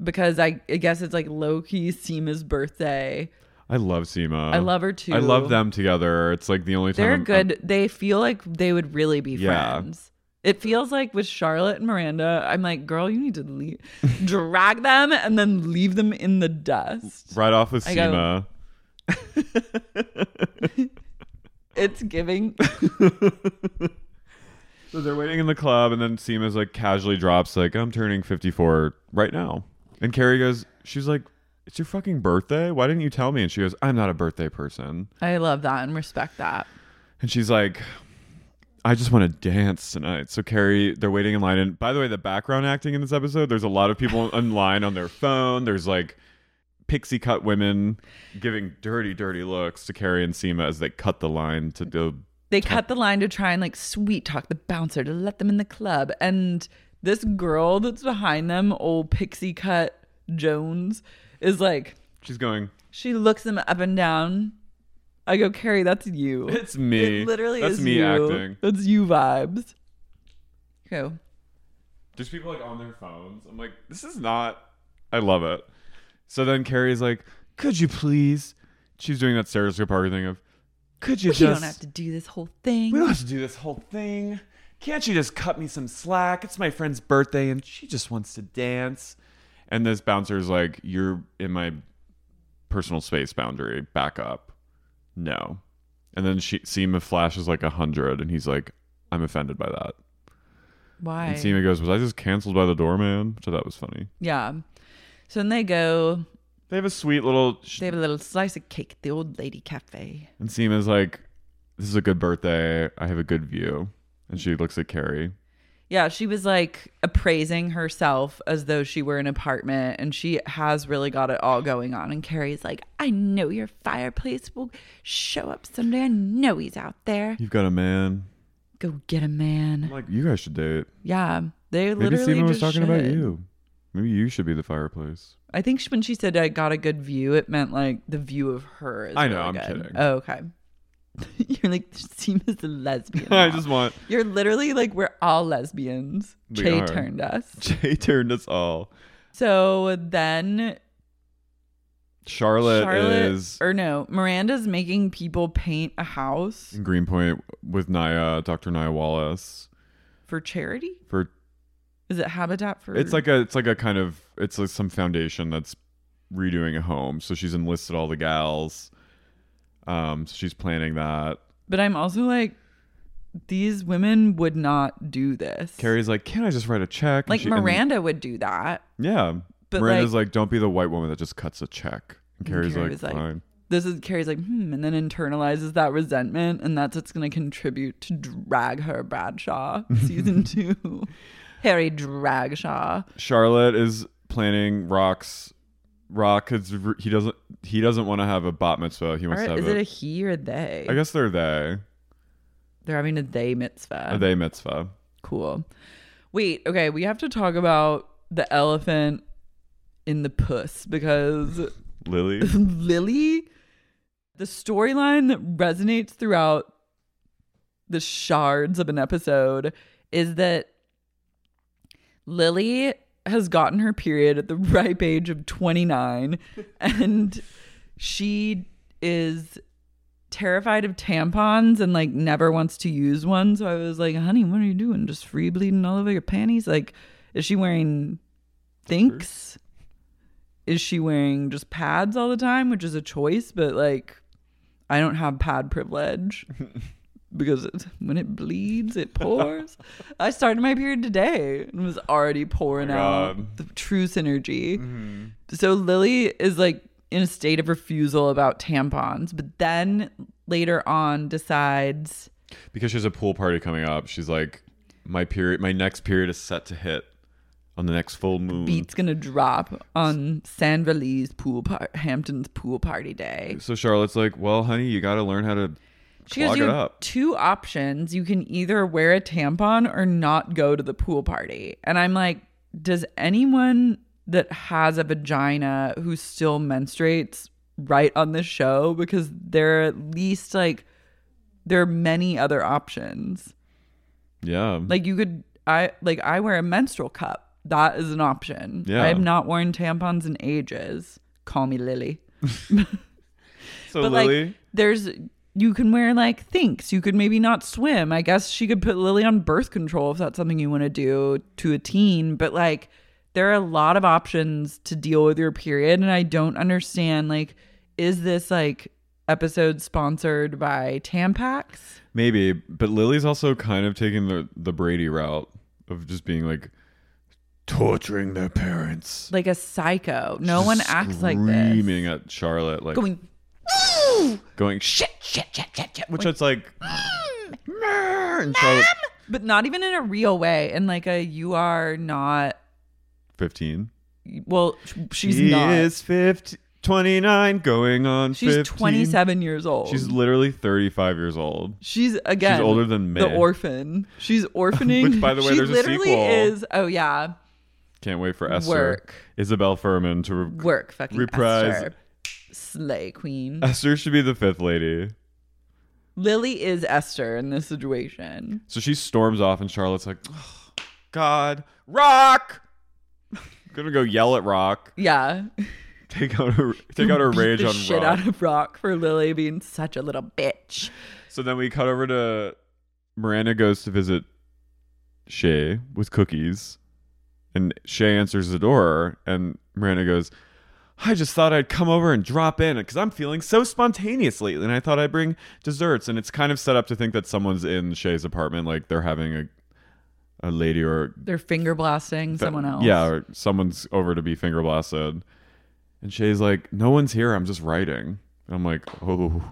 Speaker 1: because I, I guess it's like low key Seema's birthday.
Speaker 2: I love Seema.
Speaker 1: I love her too.
Speaker 2: I love them together. It's like the only time
Speaker 1: They're
Speaker 2: I'm-
Speaker 1: good. they feel like they would really be
Speaker 2: Yeah.
Speaker 1: friends. It feels like with Charlotte and Miranda, I'm like, girl, you need to leave, <laughs> drag them and then leave them in the dust.
Speaker 2: I'm right off with
Speaker 1: I go-
Speaker 2: Seema.
Speaker 1: It's giving.
Speaker 2: <laughs> So they're waiting in the club, and then Seema's like casually drops like, "I'm turning 54 right now," and Carrie goes, "She's like, it's your fucking birthday. Why didn't you tell me?" And she goes, "I'm not a birthday person,"
Speaker 1: I love that and respect that.
Speaker 2: and she's like. I just want to dance tonight. So Carrie, they're waiting in line. And by the way, the background acting in this episode, there's a lot of people in line on their phone. There's like pixie cut women giving dirty, dirty looks to Carrie and Seema as they cut the line to go
Speaker 1: They cut the line to try and like sweet talk the bouncer to let them in the club. And this girl that's behind them, old pixie cut Jones, is like,
Speaker 2: She's going,
Speaker 1: she looks them up and down. I go, Carrie, that's you.
Speaker 2: It's me.
Speaker 1: It literally
Speaker 2: That's
Speaker 1: is
Speaker 2: me
Speaker 1: you.
Speaker 2: acting.
Speaker 1: That's you vibes. Go.
Speaker 2: There's people like on their phones. I'm like, this is not. I love it. So then Carrie's like, could you please? She's doing that Sarah Parker thing of, could you
Speaker 1: You
Speaker 2: just?
Speaker 1: don't have to do this whole thing.
Speaker 2: we don't have to do this whole thing. Can't you just cut me some slack? It's my friend's birthday and she just wants to dance. And this bouncer's like, you're in my personal space boundary. Back up. No. And then she Seema flashes like a hundred, and he's like, I'm offended by that.
Speaker 1: Why?
Speaker 2: And Seema goes, Was I just canceled by the doorman? Which I thought was funny.
Speaker 1: yeah. So then they go.
Speaker 2: They have a sweet little. Sh-
Speaker 1: They have a little slice of cake at the old lady cafe.
Speaker 2: and Seema's like, This is a good birthday. I have a good view. And she looks at Carrie.
Speaker 1: Yeah, she was like appraising herself as though she were an apartment, and she has really got it all going on. And Carrie's like, I know your fireplace will show up someday. I know he's out there.
Speaker 2: You've got a man.
Speaker 1: Go get a
Speaker 2: I'm
Speaker 1: man.
Speaker 2: like, You guys should date.
Speaker 1: Yeah, they
Speaker 2: Maybe
Speaker 1: literally
Speaker 2: Seema
Speaker 1: just
Speaker 2: was talking about
Speaker 1: should.
Speaker 2: you. Maybe you should be the fireplace.
Speaker 1: I think she, when she said I got a good view, it meant like the view of her. Is
Speaker 2: I know,
Speaker 1: really
Speaker 2: I'm
Speaker 1: good.
Speaker 2: kidding.
Speaker 1: Oh, okay. <laughs> You're like Seema's a lesbian.
Speaker 2: <laughs> I
Speaker 1: now."
Speaker 2: just want.
Speaker 1: You're literally like we're all lesbians.
Speaker 2: We
Speaker 1: Che
Speaker 2: are.
Speaker 1: turned us.
Speaker 2: Jay turned us all.
Speaker 1: So then
Speaker 2: Charlotte,
Speaker 1: Charlotte,
Speaker 2: is
Speaker 1: or no, Miranda's making people paint a house
Speaker 2: in Greenpoint with Naya, Dr. Naya Wallace.
Speaker 1: for charity.
Speaker 2: For
Speaker 1: Is it Habitat for?
Speaker 2: it's like a it's like a kind of it's like some foundation that's redoing a home. So she's enlisted all the gals. Um, so she's planning that.
Speaker 1: But I'm also like, these women would not do this.
Speaker 2: Carrie's like, can I just write a check? And
Speaker 1: like
Speaker 2: she- and-
Speaker 1: Miranda would do that.
Speaker 2: yeah.
Speaker 1: But
Speaker 2: Miranda's
Speaker 1: like-
Speaker 2: like, don't be the white woman that just cuts a check. And Carrie's
Speaker 1: Carrie
Speaker 2: like,
Speaker 1: was like-
Speaker 2: fine.
Speaker 1: this is Carrie's like, hmm, and then internalizes that resentment, and that's what's going to contribute to drag her
Speaker 2: <laughs>
Speaker 1: Bradshaw season two. Harry Dragshaw.
Speaker 2: Charlotte is planning rocks. Rock is re- he doesn't he doesn't want to have a bat mitzvah. He
Speaker 1: Or
Speaker 2: wants to have
Speaker 1: is
Speaker 2: a,
Speaker 1: it a he or they?
Speaker 2: I guess they're they
Speaker 1: they're having a they mitzvah.
Speaker 2: a they mitzvah.
Speaker 1: cool. Wait, okay, we have to talk about the elephant in the puss because
Speaker 2: Lily.
Speaker 1: <laughs> Lily, the storyline that resonates throughout the shards of an episode is that Lily has gotten her period at the <laughs> ripe age of 29 and she is terrified of tampons and like never wants to use one so i was like honey what are you doing just free bleeding all over your panties like is she wearing thinks is she wearing just pads all the time, which is a choice, but like I don't have pad privilege because it, when it bleeds, it pours. I started my period today and was already pouring out the true synergy. So Lily is like in a state of refusal about tampons, but then later on decides
Speaker 2: because she has a pool party coming up. She's like, my period, my next period is set to hit on the next full moon.
Speaker 1: Beat's gonna drop on San Valise pool par- Hampton's pool party day.
Speaker 2: So Charlotte's like, well, honey, you got to learn how to
Speaker 1: She
Speaker 2: clog
Speaker 1: gives you
Speaker 2: it
Speaker 1: have
Speaker 2: up.
Speaker 1: two options. You can either wear a tampon or not go to the pool party. And I'm like, does anyone that has a vagina who still menstruates right on this show? Because there are at least like there are many other options.
Speaker 2: yeah.
Speaker 1: Like you could I like I wear a menstrual cup. That is an option.
Speaker 2: Yeah.
Speaker 1: I have not worn tampons in ages. Call me Lily.
Speaker 2: so
Speaker 1: but
Speaker 2: Lily,
Speaker 1: like there's you can wear like thinks. You could maybe not swim. I guess she could put Lily on birth control if that's something you want to do to a teen. But like there are a lot of options to deal with your period and I don't understand like is this like episode sponsored by Tampax?
Speaker 2: maybe, but Lily's also kind of taking the, the Brady route of just being like torturing their parents.
Speaker 1: Like a psycho. No
Speaker 2: Just
Speaker 1: one acts like this.
Speaker 2: Screaming at Charlotte, like
Speaker 1: Going
Speaker 2: going shit, shit, shit, shit, shit. Which it's like,
Speaker 1: "Mm,
Speaker 2: "Mer," and Charlotte,
Speaker 1: but not even in a real way in like a you are not
Speaker 2: fifteen.
Speaker 1: well sh- she's
Speaker 2: she
Speaker 1: not
Speaker 2: is 50, 29 going on
Speaker 1: she's
Speaker 2: 15.
Speaker 1: 27 years old
Speaker 2: She's literally 35 years old.
Speaker 1: she's again
Speaker 2: older than
Speaker 1: the
Speaker 2: May.
Speaker 1: orphan she's orphaning
Speaker 2: <laughs> Which, by the way,
Speaker 1: she
Speaker 2: there's a
Speaker 1: literally
Speaker 2: sequel.
Speaker 1: is oh yeah
Speaker 2: Can't wait for Esther.
Speaker 1: Work.
Speaker 2: Isabel Furman to re-
Speaker 1: work fucking
Speaker 2: Reprise.
Speaker 1: Esther. slay
Speaker 2: <laughs>
Speaker 1: queen
Speaker 2: Esther should be the fifth lady.
Speaker 1: lily is esther in this situation
Speaker 2: So she storms off, and Charlotte's like, "Oh, God, Rock! <laughs> gonna go yell at Rock.
Speaker 1: yeah
Speaker 2: Take out her, take out her
Speaker 1: <laughs> Beat
Speaker 2: rage
Speaker 1: the
Speaker 2: on
Speaker 1: shit
Speaker 2: Rock.
Speaker 1: out of rock for lily being such a little bitch
Speaker 2: so then we cut over to Miranda goes to visit Shay with cookies, and Shay answers the door, and Miranda goes, I just thought I'd come over and drop in because I'm feeling so spontaneous lately, and I thought I'd bring desserts. And it's kind of set up to think that someone's in Shay's apartment, like they're having a a lady or
Speaker 1: they're finger blasting someone else
Speaker 2: yeah, or someone's over to be finger blasted. And Shay's like, "No one's here. I'm just writing." And I'm like, "Oh,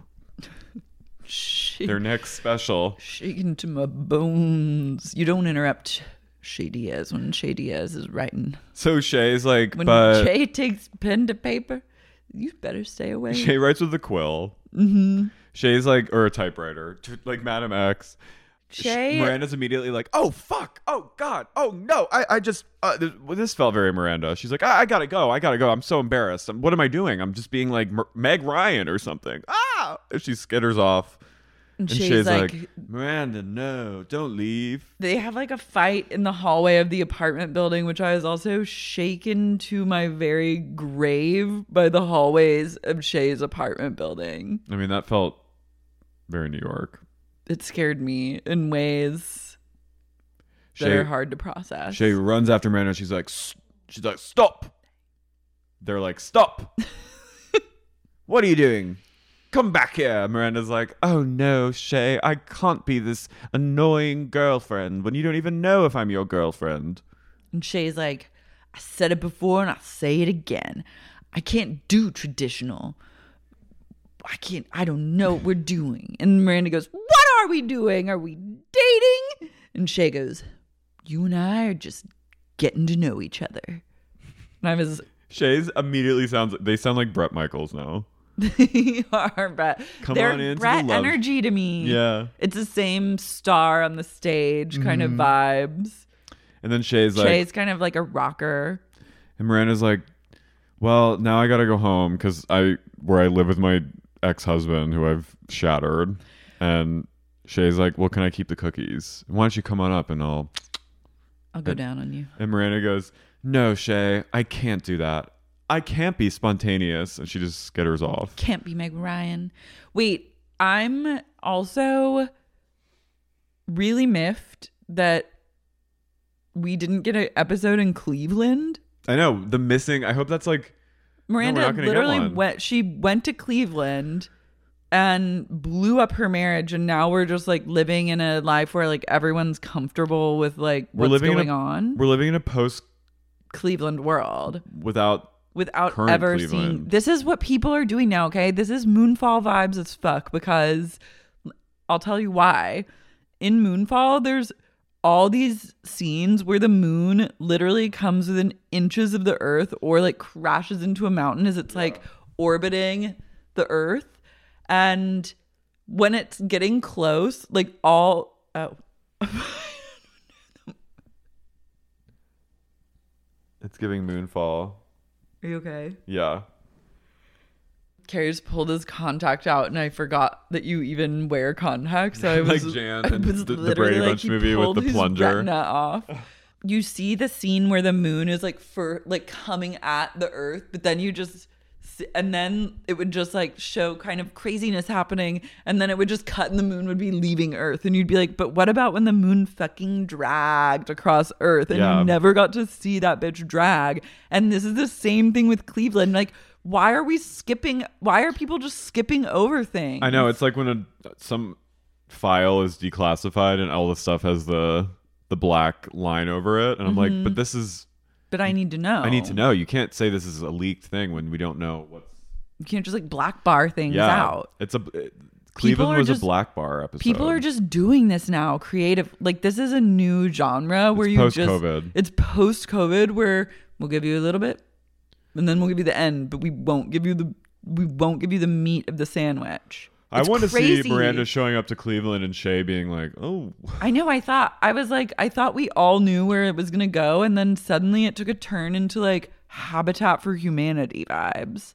Speaker 1: she
Speaker 2: their next special."
Speaker 1: shaken to my bones. You don't interrupt Shady Diaz when Shady Diaz is writing.
Speaker 2: So Shay's like,
Speaker 1: When
Speaker 2: but
Speaker 1: Jay takes pen to paper, you better stay away.
Speaker 2: Shay writes with a quill. Mm-hmm. Shay's like, or a typewriter, t- like Madam X. Sh-
Speaker 1: Shay-
Speaker 2: Miranda's immediately like, oh fuck, oh god, oh no, I, I just, uh, this, well, this felt very Miranda. She's like, I, I gotta go, I gotta go. I'm so embarrassed. I'm, what am I doing? I'm just being like Mer- Meg Ryan or something. Ah, and she skitters off.
Speaker 1: and
Speaker 2: And Shay's, like, Miranda, no, don't leave.
Speaker 1: they have like a fight in the hallway of the apartment building, which I was also shaken to my very grave by the hallways of Shay's apartment building.
Speaker 2: I mean, that felt very New York.
Speaker 1: It scared me in ways that
Speaker 2: Shay-
Speaker 1: are hard to process.
Speaker 2: Shay runs after Miranda. She's like, "S- she's like, stop. They're like, stop. what are you doing? Come back here. Miranda's like, oh no, Shay, I can't be this annoying girlfriend when you don't even know if I'm your girlfriend.
Speaker 1: And Shay's like, I said it before and I'll say it again. I can't do traditional. I can't, I don't know what we're doing. And Miranda goes, What are we doing? Are we dating? And Shay goes, You and I are just getting to know each other. And I was,
Speaker 2: Shay's immediately sounds. They sound like Brett Michaels now.
Speaker 1: they <laughs> are Brett.
Speaker 2: Come
Speaker 1: They're
Speaker 2: on into the
Speaker 1: Brett
Speaker 2: love-
Speaker 1: energy to me.
Speaker 2: Yeah.
Speaker 1: It's the same star on the stage kind of vibes.
Speaker 2: And then Shay's Mm-hmm. like,
Speaker 1: Shay's kind of like a rocker.
Speaker 2: And Miranda's like, "Well, now I gotta go home because I where I live with my ex husband who I've shattered." And Shay's like, "Well, can I keep the cookies? Why don't you come on up and I'll?"
Speaker 1: I'll go down on you.
Speaker 2: And Miranda goes, "No, Shay, I can't do that. I can't be spontaneous." And she just skitters off.
Speaker 1: can't be Meg Ryan. Wait, I'm also really miffed that we didn't get an episode in Cleveland.
Speaker 2: I know the missing. I hope that's like
Speaker 1: Miranda
Speaker 2: not gonna get
Speaker 1: literally
Speaker 2: one.
Speaker 1: went she went to Cleveland and blew up her marriage and now we're just like living in a life where like everyone's comfortable with like
Speaker 2: We're
Speaker 1: what's
Speaker 2: living in
Speaker 1: going
Speaker 2: a-
Speaker 1: on
Speaker 2: We're living in a post
Speaker 1: cleveland world
Speaker 2: without
Speaker 1: without
Speaker 2: Current
Speaker 1: ever
Speaker 2: Cleveland.
Speaker 1: seeing this is what people are doing now okay this is moonfall vibes as fuck because i'll tell you why in moonfall there's all these scenes where the moon literally comes within inches of the earth or like crashes into a mountain as it's like orbiting the earth and when it's getting close like all oh
Speaker 2: it's giving moonfall.
Speaker 1: are you okay
Speaker 2: Yeah.
Speaker 1: Carrie's pulled his contact out, and I forgot that you even wear contacts. So I
Speaker 2: <laughs> Like
Speaker 1: was
Speaker 2: Jan
Speaker 1: I
Speaker 2: in
Speaker 1: was
Speaker 2: the- the
Speaker 1: literally
Speaker 2: Brady
Speaker 1: like,
Speaker 2: Bunch
Speaker 1: he
Speaker 2: movie with
Speaker 1: pulled
Speaker 2: the
Speaker 1: his
Speaker 2: plunger.
Speaker 1: retina off. You see the scene where the moon is like for like coming at the Earth, but then you just see- and then it would just like show kind of craziness happening, and then it would just cut, and the moon would be leaving Earth, and you'd be like, but what about when the moon fucking dragged across Earth, and
Speaker 2: Yeah.
Speaker 1: you never never got to see that bitch drag. And this is the same thing with Cleveland. Like, why are we skipping? Why are people just skipping over things?
Speaker 2: I know it's like when a some file is declassified and all the stuff has the the black line over it and I'm
Speaker 1: Mm-hmm.
Speaker 2: like but this is
Speaker 1: But I need to know.
Speaker 2: I need to know. You can't say this is a leaked thing when we don't know what's
Speaker 1: You can't just like black bar things
Speaker 2: yeah.
Speaker 1: out.
Speaker 2: It's a it- Cleveland
Speaker 1: are
Speaker 2: was
Speaker 1: just-
Speaker 2: a black bar episode.
Speaker 1: People are just doing this now, creative. Like this is a new genre where
Speaker 2: It's
Speaker 1: you just
Speaker 2: post-COVID.
Speaker 1: It's post COVID where we'll give you a little bit, and then we'll give you the end, but we won't give you the we won't give you the meat of the sandwich.
Speaker 2: I
Speaker 1: It's
Speaker 2: want to see
Speaker 1: crazy.
Speaker 2: Miranda showing up to Cleveland and Shay being like, "Oh,
Speaker 1: I know. I thought I was like, I thought we all knew where it was gonna go, and then suddenly it took a turn into like Habitat for Humanity vibes.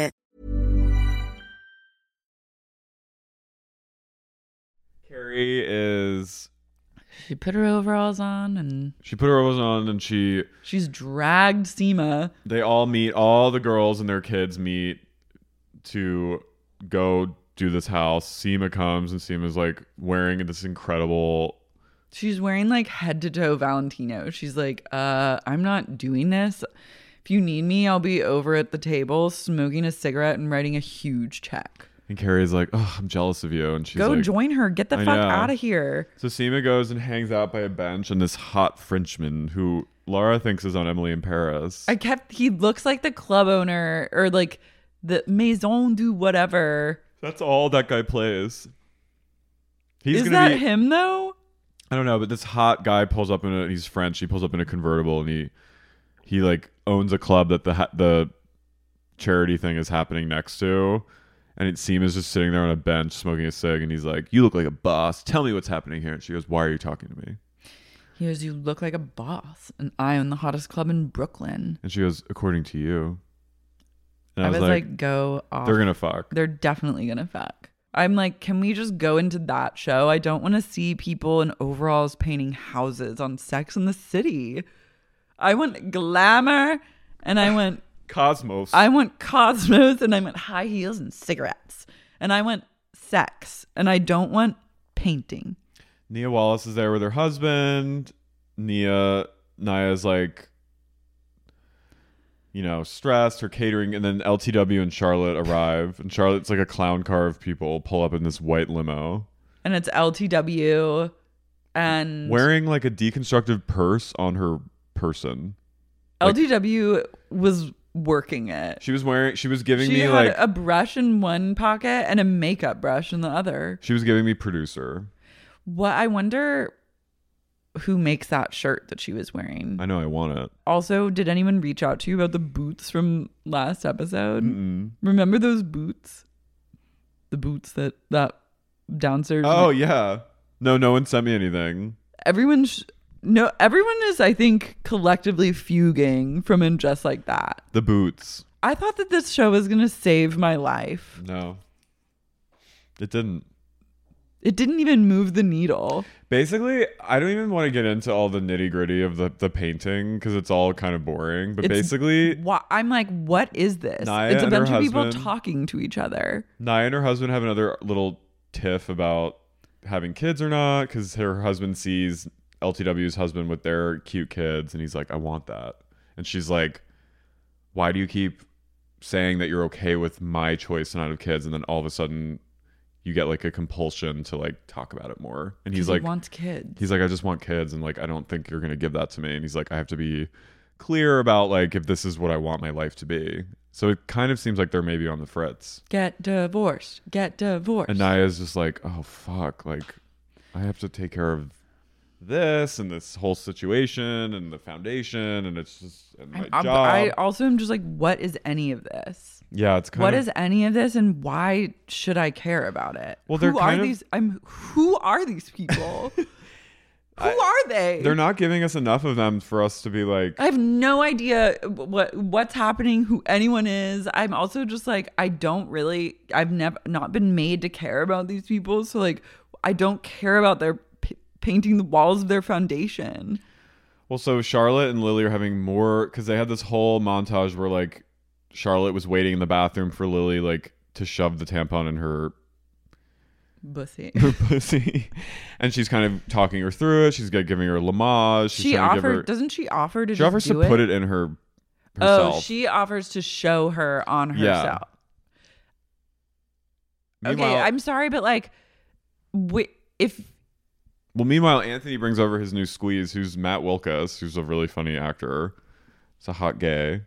Speaker 2: Carrie is."
Speaker 1: She put her overalls on, and
Speaker 2: She put her overalls on and she.
Speaker 1: she's dragged Seema.
Speaker 2: They all meet. All the girls and their kids meet to go do this house. Seema comes and Seema's like wearing this incredible.
Speaker 1: She's wearing like head to toe Valentino. She's like, uh, I'm not doing this. If you need me, I'll be over at the table smoking a cigarette and writing a huge check.
Speaker 2: And Carrie's like, "Oh, I'm jealous of you." And she's
Speaker 1: Go
Speaker 2: like,
Speaker 1: join her. Get the
Speaker 2: I
Speaker 1: fuck
Speaker 2: know.
Speaker 1: out of here.
Speaker 2: So Seema goes and hangs out by a bench, and this hot Frenchman who Laura thinks is on Emily in Paris.
Speaker 1: I kept. He looks like the club owner or like the maison du whatever.
Speaker 2: That's all that guy plays. He's
Speaker 1: Is
Speaker 2: gonna
Speaker 1: that
Speaker 2: be,
Speaker 1: him though?
Speaker 2: I don't know, but this hot guy pulls up in a. He's French. He pulls up in a convertible, and he he like owns a club that the ha- the charity thing is happening next to. And it Seema's just sitting there on a bench smoking a cig, and he's like, "You look like a boss. Tell me what's happening here." And she goes, "Why are you talking to me?"
Speaker 1: He goes, "You look like a boss, and I own the hottest club in Brooklyn."
Speaker 2: And she goes, "According to you." And
Speaker 1: I was, like, "Go off."
Speaker 2: "They're gonna fuck."
Speaker 1: They're definitely gonna fuck. I'm like, can we just go into that show? I don't want to see people in overalls painting houses on Sex in the City. I want glamour, and I want
Speaker 2: Cosmos.
Speaker 1: I want cosmos and I want high heels and cigarettes. And I want sex. And I don't want painting.
Speaker 2: Nia Wallace is there with her husband. Nia Nia's like, you know, stressed. Her catering, and then LTW and Charlotte arrive, and Charlotte's like a clown car of people pull up in this white limo,
Speaker 1: And it's LTW and
Speaker 2: wearing like a deconstructive purse on her person.
Speaker 1: LTW was working it.
Speaker 2: She was wearing. She was giving
Speaker 1: she
Speaker 2: me
Speaker 1: had
Speaker 2: like.
Speaker 1: a brush in one pocket and a makeup brush in the other.
Speaker 2: she was giving me producer.
Speaker 1: What I wonder who makes that shirt that she was wearing.
Speaker 2: I know I want it.
Speaker 1: Also, did anyone reach out to you about the boots from last episode?
Speaker 2: Mm-mm.
Speaker 1: Remember those boots? The boots that that downstairs.
Speaker 2: Oh yeah. No, no one sent me anything.
Speaker 1: everyone. Sh- no, everyone is. I think collectively fuging from in just like that.
Speaker 2: The boots.
Speaker 1: I thought that this show was going to save my life.
Speaker 2: No, it didn't.
Speaker 1: It didn't even move the needle.
Speaker 2: Basically, I don't even want to get into all the nitty gritty of the, the painting because it's all kind of boring. But
Speaker 1: It's-
Speaker 2: basically,
Speaker 1: Wha- I'm like, what is this?
Speaker 2: Naya
Speaker 1: it's a
Speaker 2: and her
Speaker 1: bunch of people
Speaker 2: husband-
Speaker 1: talking to each other.
Speaker 2: Nia and her husband have another little tiff about having kids or not because her husband sees LTW's husband with their cute kids and he's like, I want that. And she's like, Why do you keep saying that you're okay with my choice to not have kids? And then all of a sudden, you get like a compulsion to like talk about it more. And he's
Speaker 1: 'Cause he
Speaker 2: like,
Speaker 1: wants kids.
Speaker 2: He's like, I just want kids. And like, I don't think you're going to give that to me. And he's like, I have to be clear about like if this is what I want my life to be. So it kind of seems like they're maybe on the fritz.
Speaker 1: get divorced. Get divorced.
Speaker 2: And Naya's just like, oh fuck, like I have to take care of this and this whole situation and the foundation and it's just and my
Speaker 1: I'm- I,
Speaker 2: job.
Speaker 1: I also am just like, what is any of this?
Speaker 2: yeah, it's kind
Speaker 1: What
Speaker 2: of
Speaker 1: is any of this, and why should I care about it?
Speaker 2: Well, they're
Speaker 1: who
Speaker 2: kind
Speaker 1: are
Speaker 2: of-
Speaker 1: these? I'm who are these
Speaker 2: <laughs>
Speaker 1: people? who are they?
Speaker 2: they're not giving us enough of them for us to be like
Speaker 1: I have no idea what what's happening, who anyone is. I'm also just like I don't really I've never not been made to care about these people, so like I don't care about their p- painting the walls of their foundation.
Speaker 2: Well, so Charlotte and Lily are having more because they had this whole montage where like Charlotte was waiting in the bathroom for Lily like to shove the tampon in her <laughs>
Speaker 1: Bussy.
Speaker 2: her pussy, and she's kind of talking her through it. She's like, giving her lamage. She's
Speaker 1: <laughs> she
Speaker 2: trying to
Speaker 1: offered
Speaker 2: give her,
Speaker 1: doesn't she offer to
Speaker 2: she
Speaker 1: just
Speaker 2: offers to
Speaker 1: do
Speaker 2: put it in her herself.
Speaker 1: Oh, she offers to show her on
Speaker 2: Yeah.
Speaker 1: herself.
Speaker 2: Meanwhile-
Speaker 1: okay, I'm sorry but like wi- if <laughs>
Speaker 2: Well, meanwhile, Anthony brings over his new squeeze, who's Matt Wilkes, who's a really funny actor. He's a hot gay,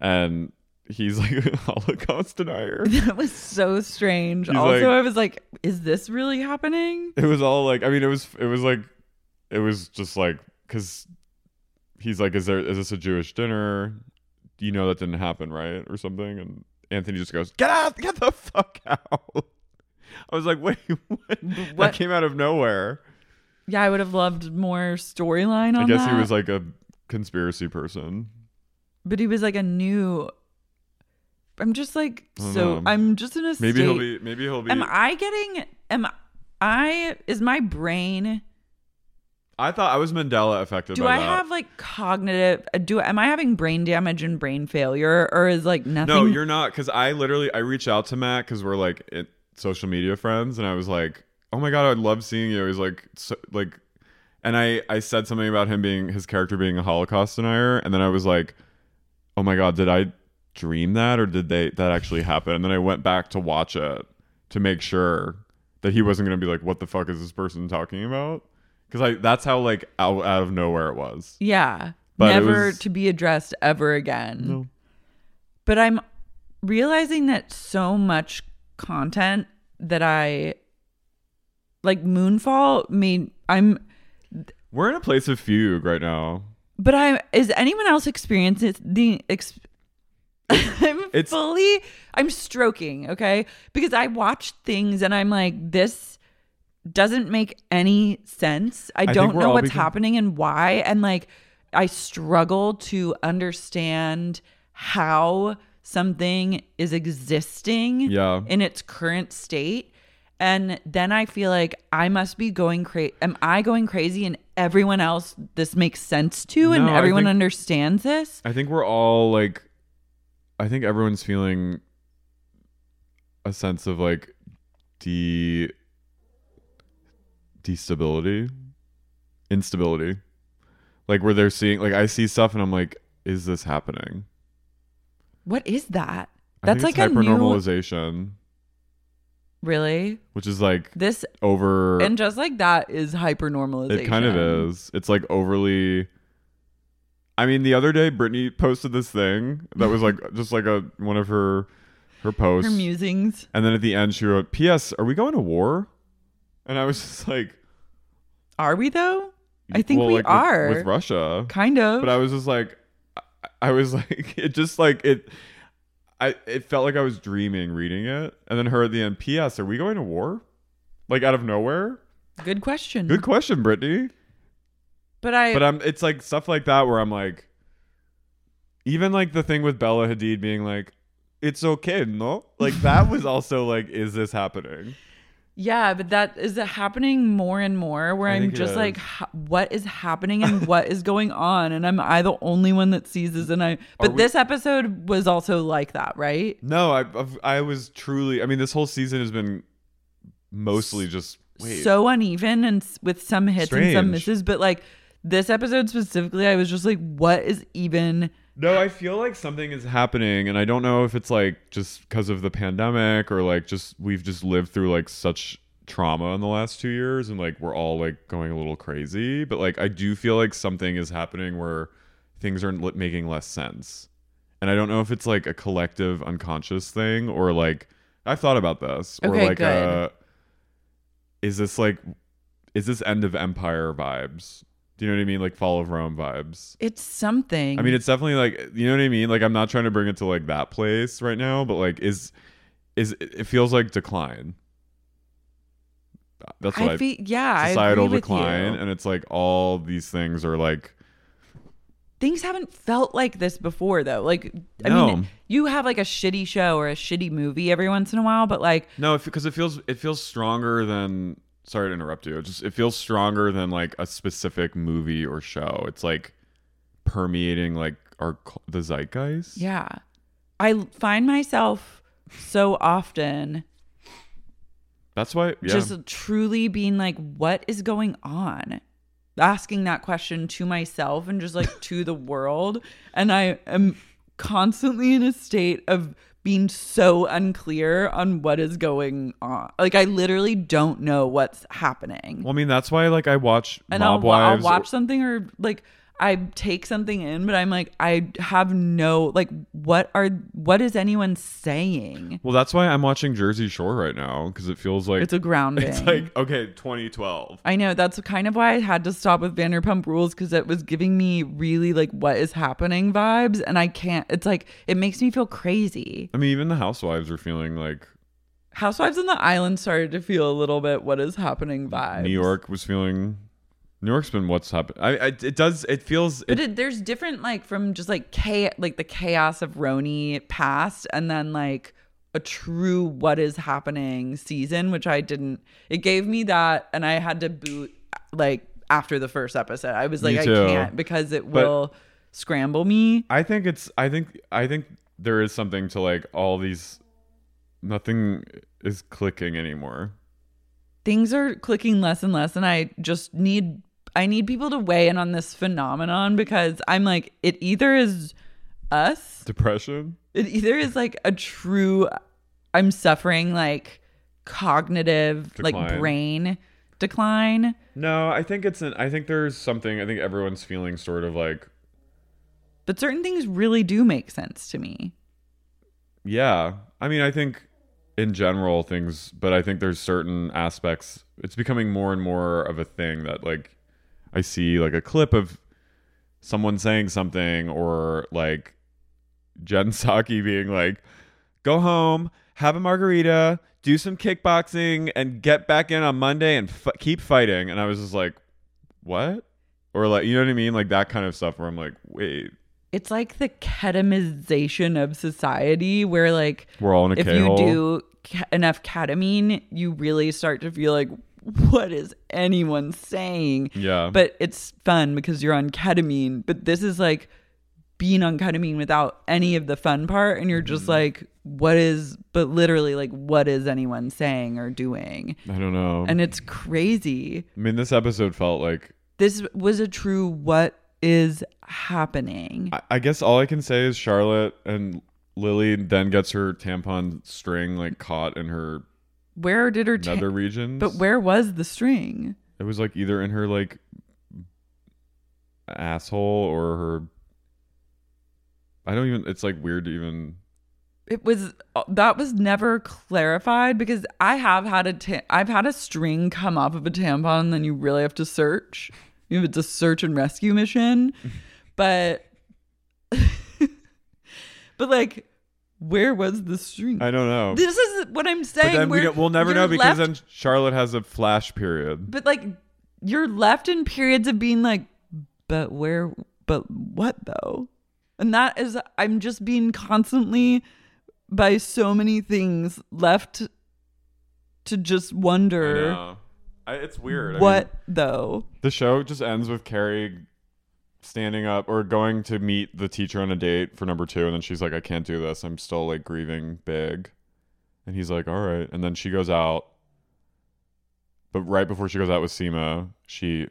Speaker 2: and he's like a <laughs> Holocaust denier.
Speaker 1: that was so strange.
Speaker 2: She's
Speaker 1: also
Speaker 2: like-
Speaker 1: I was like is this really happening?
Speaker 2: <laughs> It was all like, I mean, it was, it was like, it was just like, because he's like, is there, is this a Jewish dinner? You know that didn't happen, right, or something? And Anthony just goes, get out, get the fuck out. <laughs> I was like, wait, <laughs> what? That
Speaker 1: what-
Speaker 2: came out of nowhere.
Speaker 1: Yeah, I would have loved more storyline on
Speaker 2: I guess he
Speaker 1: that.
Speaker 2: was like a conspiracy person.
Speaker 1: but he was like a new. I'm just like
Speaker 2: don't
Speaker 1: so.
Speaker 2: know.
Speaker 1: I'm just in a
Speaker 2: Maybe
Speaker 1: state.
Speaker 2: he'll be, maybe he'll be.
Speaker 1: Am I getting? Am I? Is my brain?
Speaker 2: I thought I was Mandela affected.
Speaker 1: Do
Speaker 2: by
Speaker 1: I
Speaker 2: that.
Speaker 1: have like cognitive? Do am I having brain damage and brain failure, or is like nothing?
Speaker 2: No, you're not. Because I literally I reached out to Matt because we're like it, social media friends, and I was like, "Oh my god, I'd love seeing you." He's like, so, like, and I I said something about him being his character being a Holocaust denier, and then I was like, "Oh my god, did I dream that or did they that actually happen?" And then I went back to watch it to make sure that he wasn't gonna be like, "What the fuck is this person talking about?" Because I that's how like out, out of nowhere it was.
Speaker 1: Yeah,
Speaker 2: But it
Speaker 1: never
Speaker 2: was-
Speaker 1: to be addressed ever again. But I'm realizing that so much content that I like Moonfall made I'm
Speaker 2: We're in a place of fugue right now.
Speaker 1: but I is anyone else experiencing the ex, <laughs> I'm
Speaker 2: It's-
Speaker 1: fully I'm stroking, okay? Because I watch things and I'm like this doesn't make any sense. I,
Speaker 2: think
Speaker 1: don't
Speaker 2: we're
Speaker 1: know
Speaker 2: all
Speaker 1: what's
Speaker 2: become-
Speaker 1: happening and why and like I struggle to understand how something is existing
Speaker 2: Yeah.
Speaker 1: in its current state. And then I feel like I must be going crazy. Am I going crazy and everyone else this makes sense to and
Speaker 2: No, I
Speaker 1: everyone
Speaker 2: think-
Speaker 1: understands this?
Speaker 2: I think we're all like, I think everyone's feeling a sense of like de destability, instability, like where they're seeing like I see stuff and I'm like, is this happening?
Speaker 1: What is that?
Speaker 2: I
Speaker 1: That's
Speaker 2: think
Speaker 1: like
Speaker 2: it's
Speaker 1: a new
Speaker 2: hypernormalization,
Speaker 1: really
Speaker 2: which is like
Speaker 1: this
Speaker 2: over.
Speaker 1: and just like that is hypernormalization.
Speaker 2: It kind of is. It's like overly. I mean, the other day Brittany posted this thing that was like just like a one of her her posts.
Speaker 1: Her musings.
Speaker 2: And then at the end, she wrote, "P.S. Are we going to war?" And I was <laughs> just like,
Speaker 1: Are we though? I think
Speaker 2: well,
Speaker 1: we
Speaker 2: like, with-
Speaker 1: are.
Speaker 2: with, Russia."
Speaker 1: Kind of.
Speaker 2: But I was just like, I, I was <laughs> like, it just like it. I it felt like I was dreaming reading it, and then her at the end, "P.S. Are we going to war?" Like out of nowhere.
Speaker 1: Good question.
Speaker 2: Good question, Brittany.
Speaker 1: but I
Speaker 2: But I'm. It's like stuff like that where I'm like, even like the thing with Bella Hadid being like, it's okay, no? Like that was also like, is this happening?
Speaker 1: Yeah, but that is it happening more and more where
Speaker 2: I
Speaker 1: I'm
Speaker 2: think it
Speaker 1: just like,
Speaker 2: is.
Speaker 1: "H- what is happening
Speaker 2: <laughs>
Speaker 1: and what is going on? And am I the only one that sees this? And I, but
Speaker 2: we-
Speaker 1: this episode was also like that, right?
Speaker 2: No, I I've- I was truly. I mean, this whole season has been mostly just wait.
Speaker 1: So uneven and s- with some hits and some
Speaker 2: Strange.
Speaker 1: misses. But like this episode specifically, I was just like, what is even
Speaker 2: no, I feel like something is happening, and I don't know if it's like just because of the pandemic or like just we've just lived through like such trauma in the last two years, and like we're all like going a little crazy. But like I do feel like something is happening where things are li- making less sense, and I don't know if it's like a collective unconscious thing or like I've thought about this or
Speaker 1: Okay,
Speaker 2: like
Speaker 1: good.
Speaker 2: uh is this like is this end of empire vibes? Do you know what I mean? Like fall of Rome vibes.
Speaker 1: it's something?
Speaker 2: I mean, it's definitely like you know what I mean. Like I'm not trying to bring it to like that place right now, but like is is it feels like decline. That's what I,
Speaker 1: I feel, yeah,
Speaker 2: societal
Speaker 1: I agree
Speaker 2: decline,
Speaker 1: With you.
Speaker 2: and it's like all these things are like
Speaker 1: Things haven't felt like this before, though. Like, I
Speaker 2: No.
Speaker 1: mean, you have like a shitty show or a shitty movie every once in a while, but like,
Speaker 2: no, because it feels it feels stronger than. Sorry to interrupt you. It just it feels stronger than like a specific movie or show. It's like permeating like our cul- the zeitgeist.
Speaker 1: Yeah. I l- find myself so often
Speaker 2: That's why. Yeah.
Speaker 1: just truly being like, what is going on? Asking that question to myself and just
Speaker 2: <laughs>
Speaker 1: like to the world. And I am constantly in a state of being so unclear on what is going on. Like, I literally don't know what's happening.
Speaker 2: well, I mean, that's why like I watch
Speaker 1: and I'll,
Speaker 2: Mob
Speaker 1: wa- I'll
Speaker 2: Wives
Speaker 1: watch something or like I take something in, but I'm like, I have no, like, what are, what is anyone saying?
Speaker 2: Well, that's why I'm watching Jersey Shore right now because it feels like
Speaker 1: it's a grounding.
Speaker 2: <laughs> It's like okay, 2012.
Speaker 1: I know that's kind of why I had to stop with Vanderpump Rules because it was giving me really like what is happening vibes, and I can't. It's like it makes me feel crazy.
Speaker 2: I mean, even the Housewives are feeling like
Speaker 1: Housewives on the Island started to feel a little bit what is happening vibes.
Speaker 2: New York was feeling. New York's been what's happened. I, I it does it feels
Speaker 1: But
Speaker 2: it,
Speaker 1: it, there's different like from just like cha- like the chaos of Roni past and then like a true what is happening season, which I didn't. It gave me that, and I had to boot like after the first episode. I was
Speaker 2: Me
Speaker 1: like, I
Speaker 2: too.
Speaker 1: can't because it
Speaker 2: But-
Speaker 1: will scramble me.
Speaker 2: I think it's I think I think there is something to like all these nothing is clicking anymore.
Speaker 1: Things are clicking less and less, and I just need I need people to weigh in on this phenomenon because I'm like, it either is us
Speaker 2: Depression?
Speaker 1: It either is like a true, I'm suffering like cognitive, like
Speaker 2: Decline.
Speaker 1: brain decline.
Speaker 2: No, I think it's an I think there's something I think everyone's feeling sort of like
Speaker 1: But certain things really do make sense to me.
Speaker 2: Yeah. I mean, I think in general things, but I think there's certain aspects. It's becoming more and more of a thing that like I see like a clip of someone saying something or like Jen <laughs> Psaki being like, "Go home, have a margarita, do some kickboxing and get back in on Monday and f- keep fighting." And I was just like, "What?" Or like, you know what I mean? Like that kind of stuff where I'm like, "Wait,
Speaker 1: It's like the ketamization of society where like
Speaker 2: we're all in a
Speaker 1: if
Speaker 2: K-hole."
Speaker 1: you do ca- enough ketamine, you really start to feel like, what is anyone saying?
Speaker 2: Yeah.
Speaker 1: But it's fun because you're on ketamine. But this is like being on ketamine without any of the fun part. And you're just like, what is, but literally, like, what is anyone saying or doing?
Speaker 2: I don't know.
Speaker 1: And it's crazy.
Speaker 2: I mean, this episode felt like
Speaker 1: This was a true what is happening.
Speaker 2: I, I guess all I can say is Charlotte and Lily then gets her tampon string like caught in her
Speaker 1: Where did her ta-
Speaker 2: nether regions.
Speaker 1: But where was the string?
Speaker 2: it was like either in her like asshole or her. I don't even. It's like weird to even.
Speaker 1: it was uh, that was never clarified because I have had a ta- I've had a string come off of a tampon and then you really have to search. You have it's a search and rescue
Speaker 2: <laughs>
Speaker 1: mission, but <laughs> but like where was the string?
Speaker 2: I don't know.
Speaker 1: This is what I'm
Speaker 2: but
Speaker 1: saying.
Speaker 2: then we
Speaker 1: where
Speaker 2: don't, we'll never
Speaker 1: you're
Speaker 2: know
Speaker 1: left-
Speaker 2: because then Charlotte has a flash period.
Speaker 1: but like you're left in periods of being like, but where? But what though? And that is, I'm just being constantly by so many things left to just wonder
Speaker 2: I, it's weird. I mean,
Speaker 1: what though.
Speaker 2: the show just ends with Carrie standing up or going to meet the teacher on a date for number two, and then she's like, "I can't do this. I'm still like grieving big," and he's like, "All right," and then she goes out. But right before she goes out with Seema, she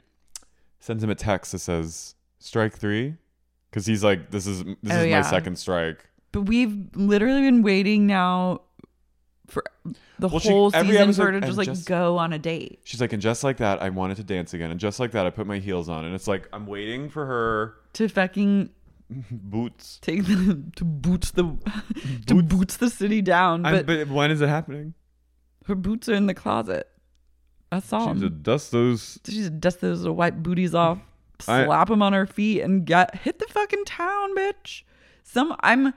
Speaker 2: sends him a text that says "Strike three? because he's like, "This is this
Speaker 1: Oh,
Speaker 2: is
Speaker 1: yeah.
Speaker 2: my second strike."
Speaker 1: But we've literally been waiting now for the
Speaker 2: Well, she-
Speaker 1: whole
Speaker 2: every
Speaker 1: season
Speaker 2: episode-
Speaker 1: for her to
Speaker 2: and
Speaker 1: just like
Speaker 2: just-
Speaker 1: go on a date.
Speaker 2: She's like, and just like that, I wanted to dance again, and just like that, I put my heels on, and it's like I'm waiting for her <laughs>
Speaker 1: to fucking
Speaker 2: boots.
Speaker 1: take the to boots the <laughs> to boots, the city down.
Speaker 2: I'm-
Speaker 1: But,
Speaker 2: when is it happening?
Speaker 1: her boots are in the closet. That's all.
Speaker 2: She should dust those.
Speaker 1: She just dust those little white booties off,
Speaker 2: I-
Speaker 1: slap them on her feet, and get hit the fucking town, bitch. Some I'm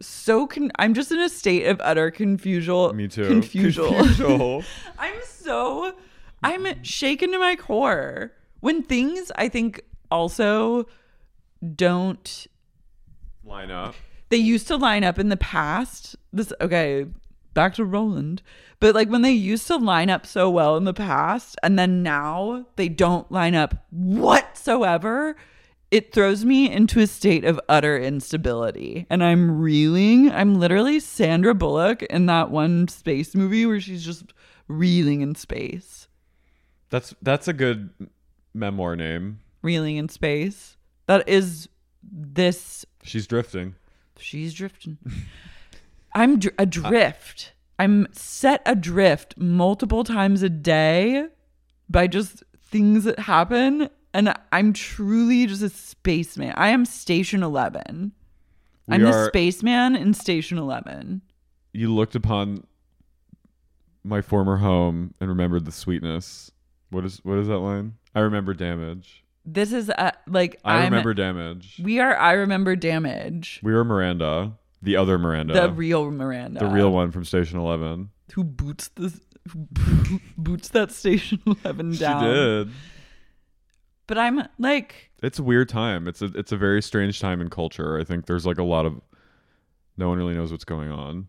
Speaker 1: so con- I'm just in a state of utter confusion.
Speaker 2: Me
Speaker 1: <laughs>
Speaker 2: too. <laughs>
Speaker 1: Confusion.
Speaker 2: Confusual.
Speaker 1: I'm so I'm shaken to my core when things I think also don't
Speaker 2: Line up.
Speaker 1: they used to line up in the past. This okay, back to Roland. But like when they used to line up so well in the past and then now they don't line up whatsoever, it throws me into a state of utter instability. And I'm reeling. I'm literally Sandra Bullock in that one space movie where she's just reeling in space.
Speaker 2: That's that's a good memoir name.
Speaker 1: Reeling in space. That is this
Speaker 2: She's drifting.
Speaker 1: She's
Speaker 2: <laughs>
Speaker 1: drifting. I'm dr- adrift. I'm set adrift multiple times a day by just things that happen. And I'm truly just a spaceman. I am Station 11.
Speaker 2: We
Speaker 1: I'm the
Speaker 2: are-
Speaker 1: spaceman in Station 11.
Speaker 2: You looked upon my former home and remembered the sweetness. What is what is that line? I remember damage.
Speaker 1: This is uh like,
Speaker 2: I
Speaker 1: I'm-
Speaker 2: remember damage.
Speaker 1: We are I Remember Damage.
Speaker 2: We were Miranda, the other Miranda,
Speaker 1: The real Miranda.
Speaker 2: the real one from Station Eleven.
Speaker 1: Who boots this. Who boots that Station 11 down.
Speaker 2: She did.
Speaker 1: But I'm like,
Speaker 2: It's a weird time. It's a it's a very strange time in culture. I think there's like a lot of no one really knows what's going on.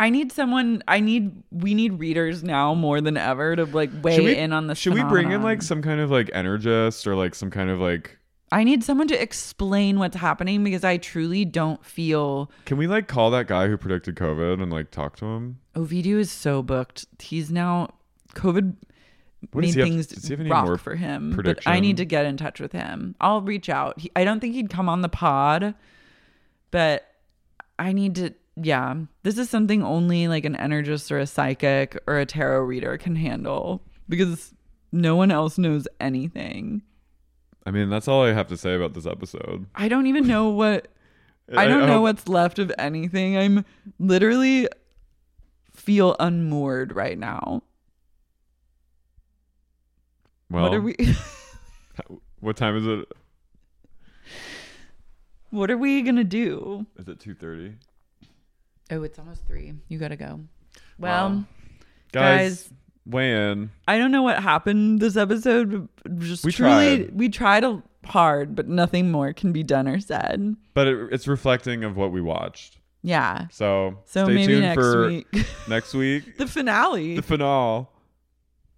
Speaker 1: I need someone. I need. We need readers now more than ever to like weigh
Speaker 2: Should we-
Speaker 1: in on this.
Speaker 2: Should we bring in
Speaker 1: phenomenon.
Speaker 2: like some kind of like energist or like some kind of like
Speaker 1: I need someone to explain what's happening because I truly don't feel.
Speaker 2: Can we like call that guy who predicted COVID and like talk to him?
Speaker 1: Ovidio is so booked. He's now COVID
Speaker 2: What
Speaker 1: made
Speaker 2: does he have-
Speaker 1: things
Speaker 2: does he have any
Speaker 1: rock
Speaker 2: more
Speaker 1: for him. But I
Speaker 2: prediction?
Speaker 1: need to get in touch with him. I'll reach out. He, I don't think he'd come on the pod, but I need to. Yeah, this is something only like an energist or a psychic or a tarot reader can handle because no one else knows anything.
Speaker 2: I mean, that's all I have to say about this episode.
Speaker 1: I don't even know
Speaker 2: <laughs>
Speaker 1: what I don't know
Speaker 2: hope-
Speaker 1: what's left of anything. I'm literally feel unmoored right now.
Speaker 2: Well,
Speaker 1: what are we
Speaker 2: What time is it?
Speaker 1: What are we going to do?
Speaker 2: Is it two thirty?
Speaker 1: Oh, it's almost 3. You got to go. Well,
Speaker 2: Wow.
Speaker 1: Guys.
Speaker 2: Guys, weigh in.
Speaker 1: I don't know what happened this episode. but Just
Speaker 2: We
Speaker 1: truly
Speaker 2: tried.
Speaker 1: we tried a- hard, but nothing more can be done or said.
Speaker 2: But it, it's reflecting of what we watched.
Speaker 1: Yeah.
Speaker 2: So,
Speaker 1: So
Speaker 2: stay
Speaker 1: maybe
Speaker 2: tuned
Speaker 1: next
Speaker 2: for
Speaker 1: week. <laughs>
Speaker 2: next week
Speaker 1: the finale.
Speaker 2: the finale,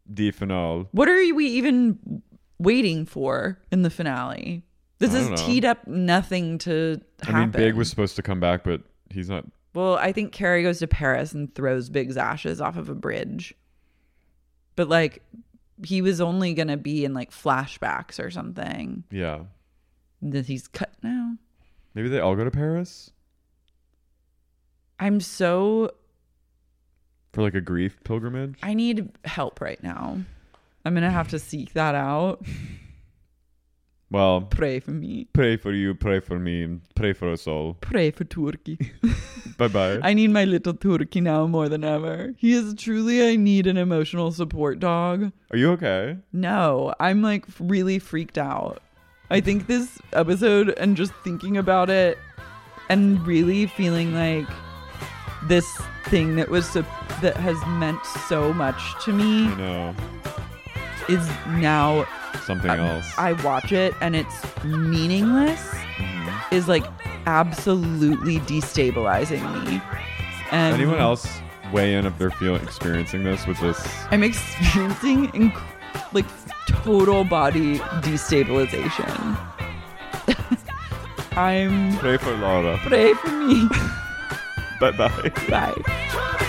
Speaker 2: the finale.
Speaker 1: what are we even waiting for in the finale? This
Speaker 2: I
Speaker 1: is
Speaker 2: don't know.
Speaker 1: teed up nothing to happen.
Speaker 2: I mean, Big was supposed to come back, but he's not.
Speaker 1: Well, I think Carrie goes to Paris and throws Big's ashes off of a bridge. But like he was only gonna be in like flashbacks or something.
Speaker 2: Yeah,
Speaker 1: That he's cut now.
Speaker 2: maybe they all go to Paris
Speaker 1: I'm so
Speaker 2: for like a grief pilgrimage.
Speaker 1: I need help right now. I'm gonna have to seek that out.
Speaker 2: Well,
Speaker 1: Pray for me.
Speaker 2: pray for you, pray for me, and pray for us all.
Speaker 1: Pray for Turkey.
Speaker 2: Bye bye.
Speaker 1: I need my little Turkey now more than ever. He is truly I need an emotional support dog.
Speaker 2: Are you okay?
Speaker 1: No, I'm like really freaked out. I think this episode and just thinking about it and really feeling like this thing that was sup- that has meant so much to me
Speaker 2: I know.
Speaker 1: is now
Speaker 2: Something else. Mm-hmm.
Speaker 1: I watch it and it's meaningless is like absolutely destabilizing me. And
Speaker 2: Anyone else weigh in if they're feeling experiencing this with this?
Speaker 1: I'm experiencing inc- like total body destabilization. <laughs> I'm
Speaker 2: Pray for Laura.
Speaker 1: pray for me. <laughs>
Speaker 2: Bye bye.
Speaker 1: Bye.
Speaker 5: Try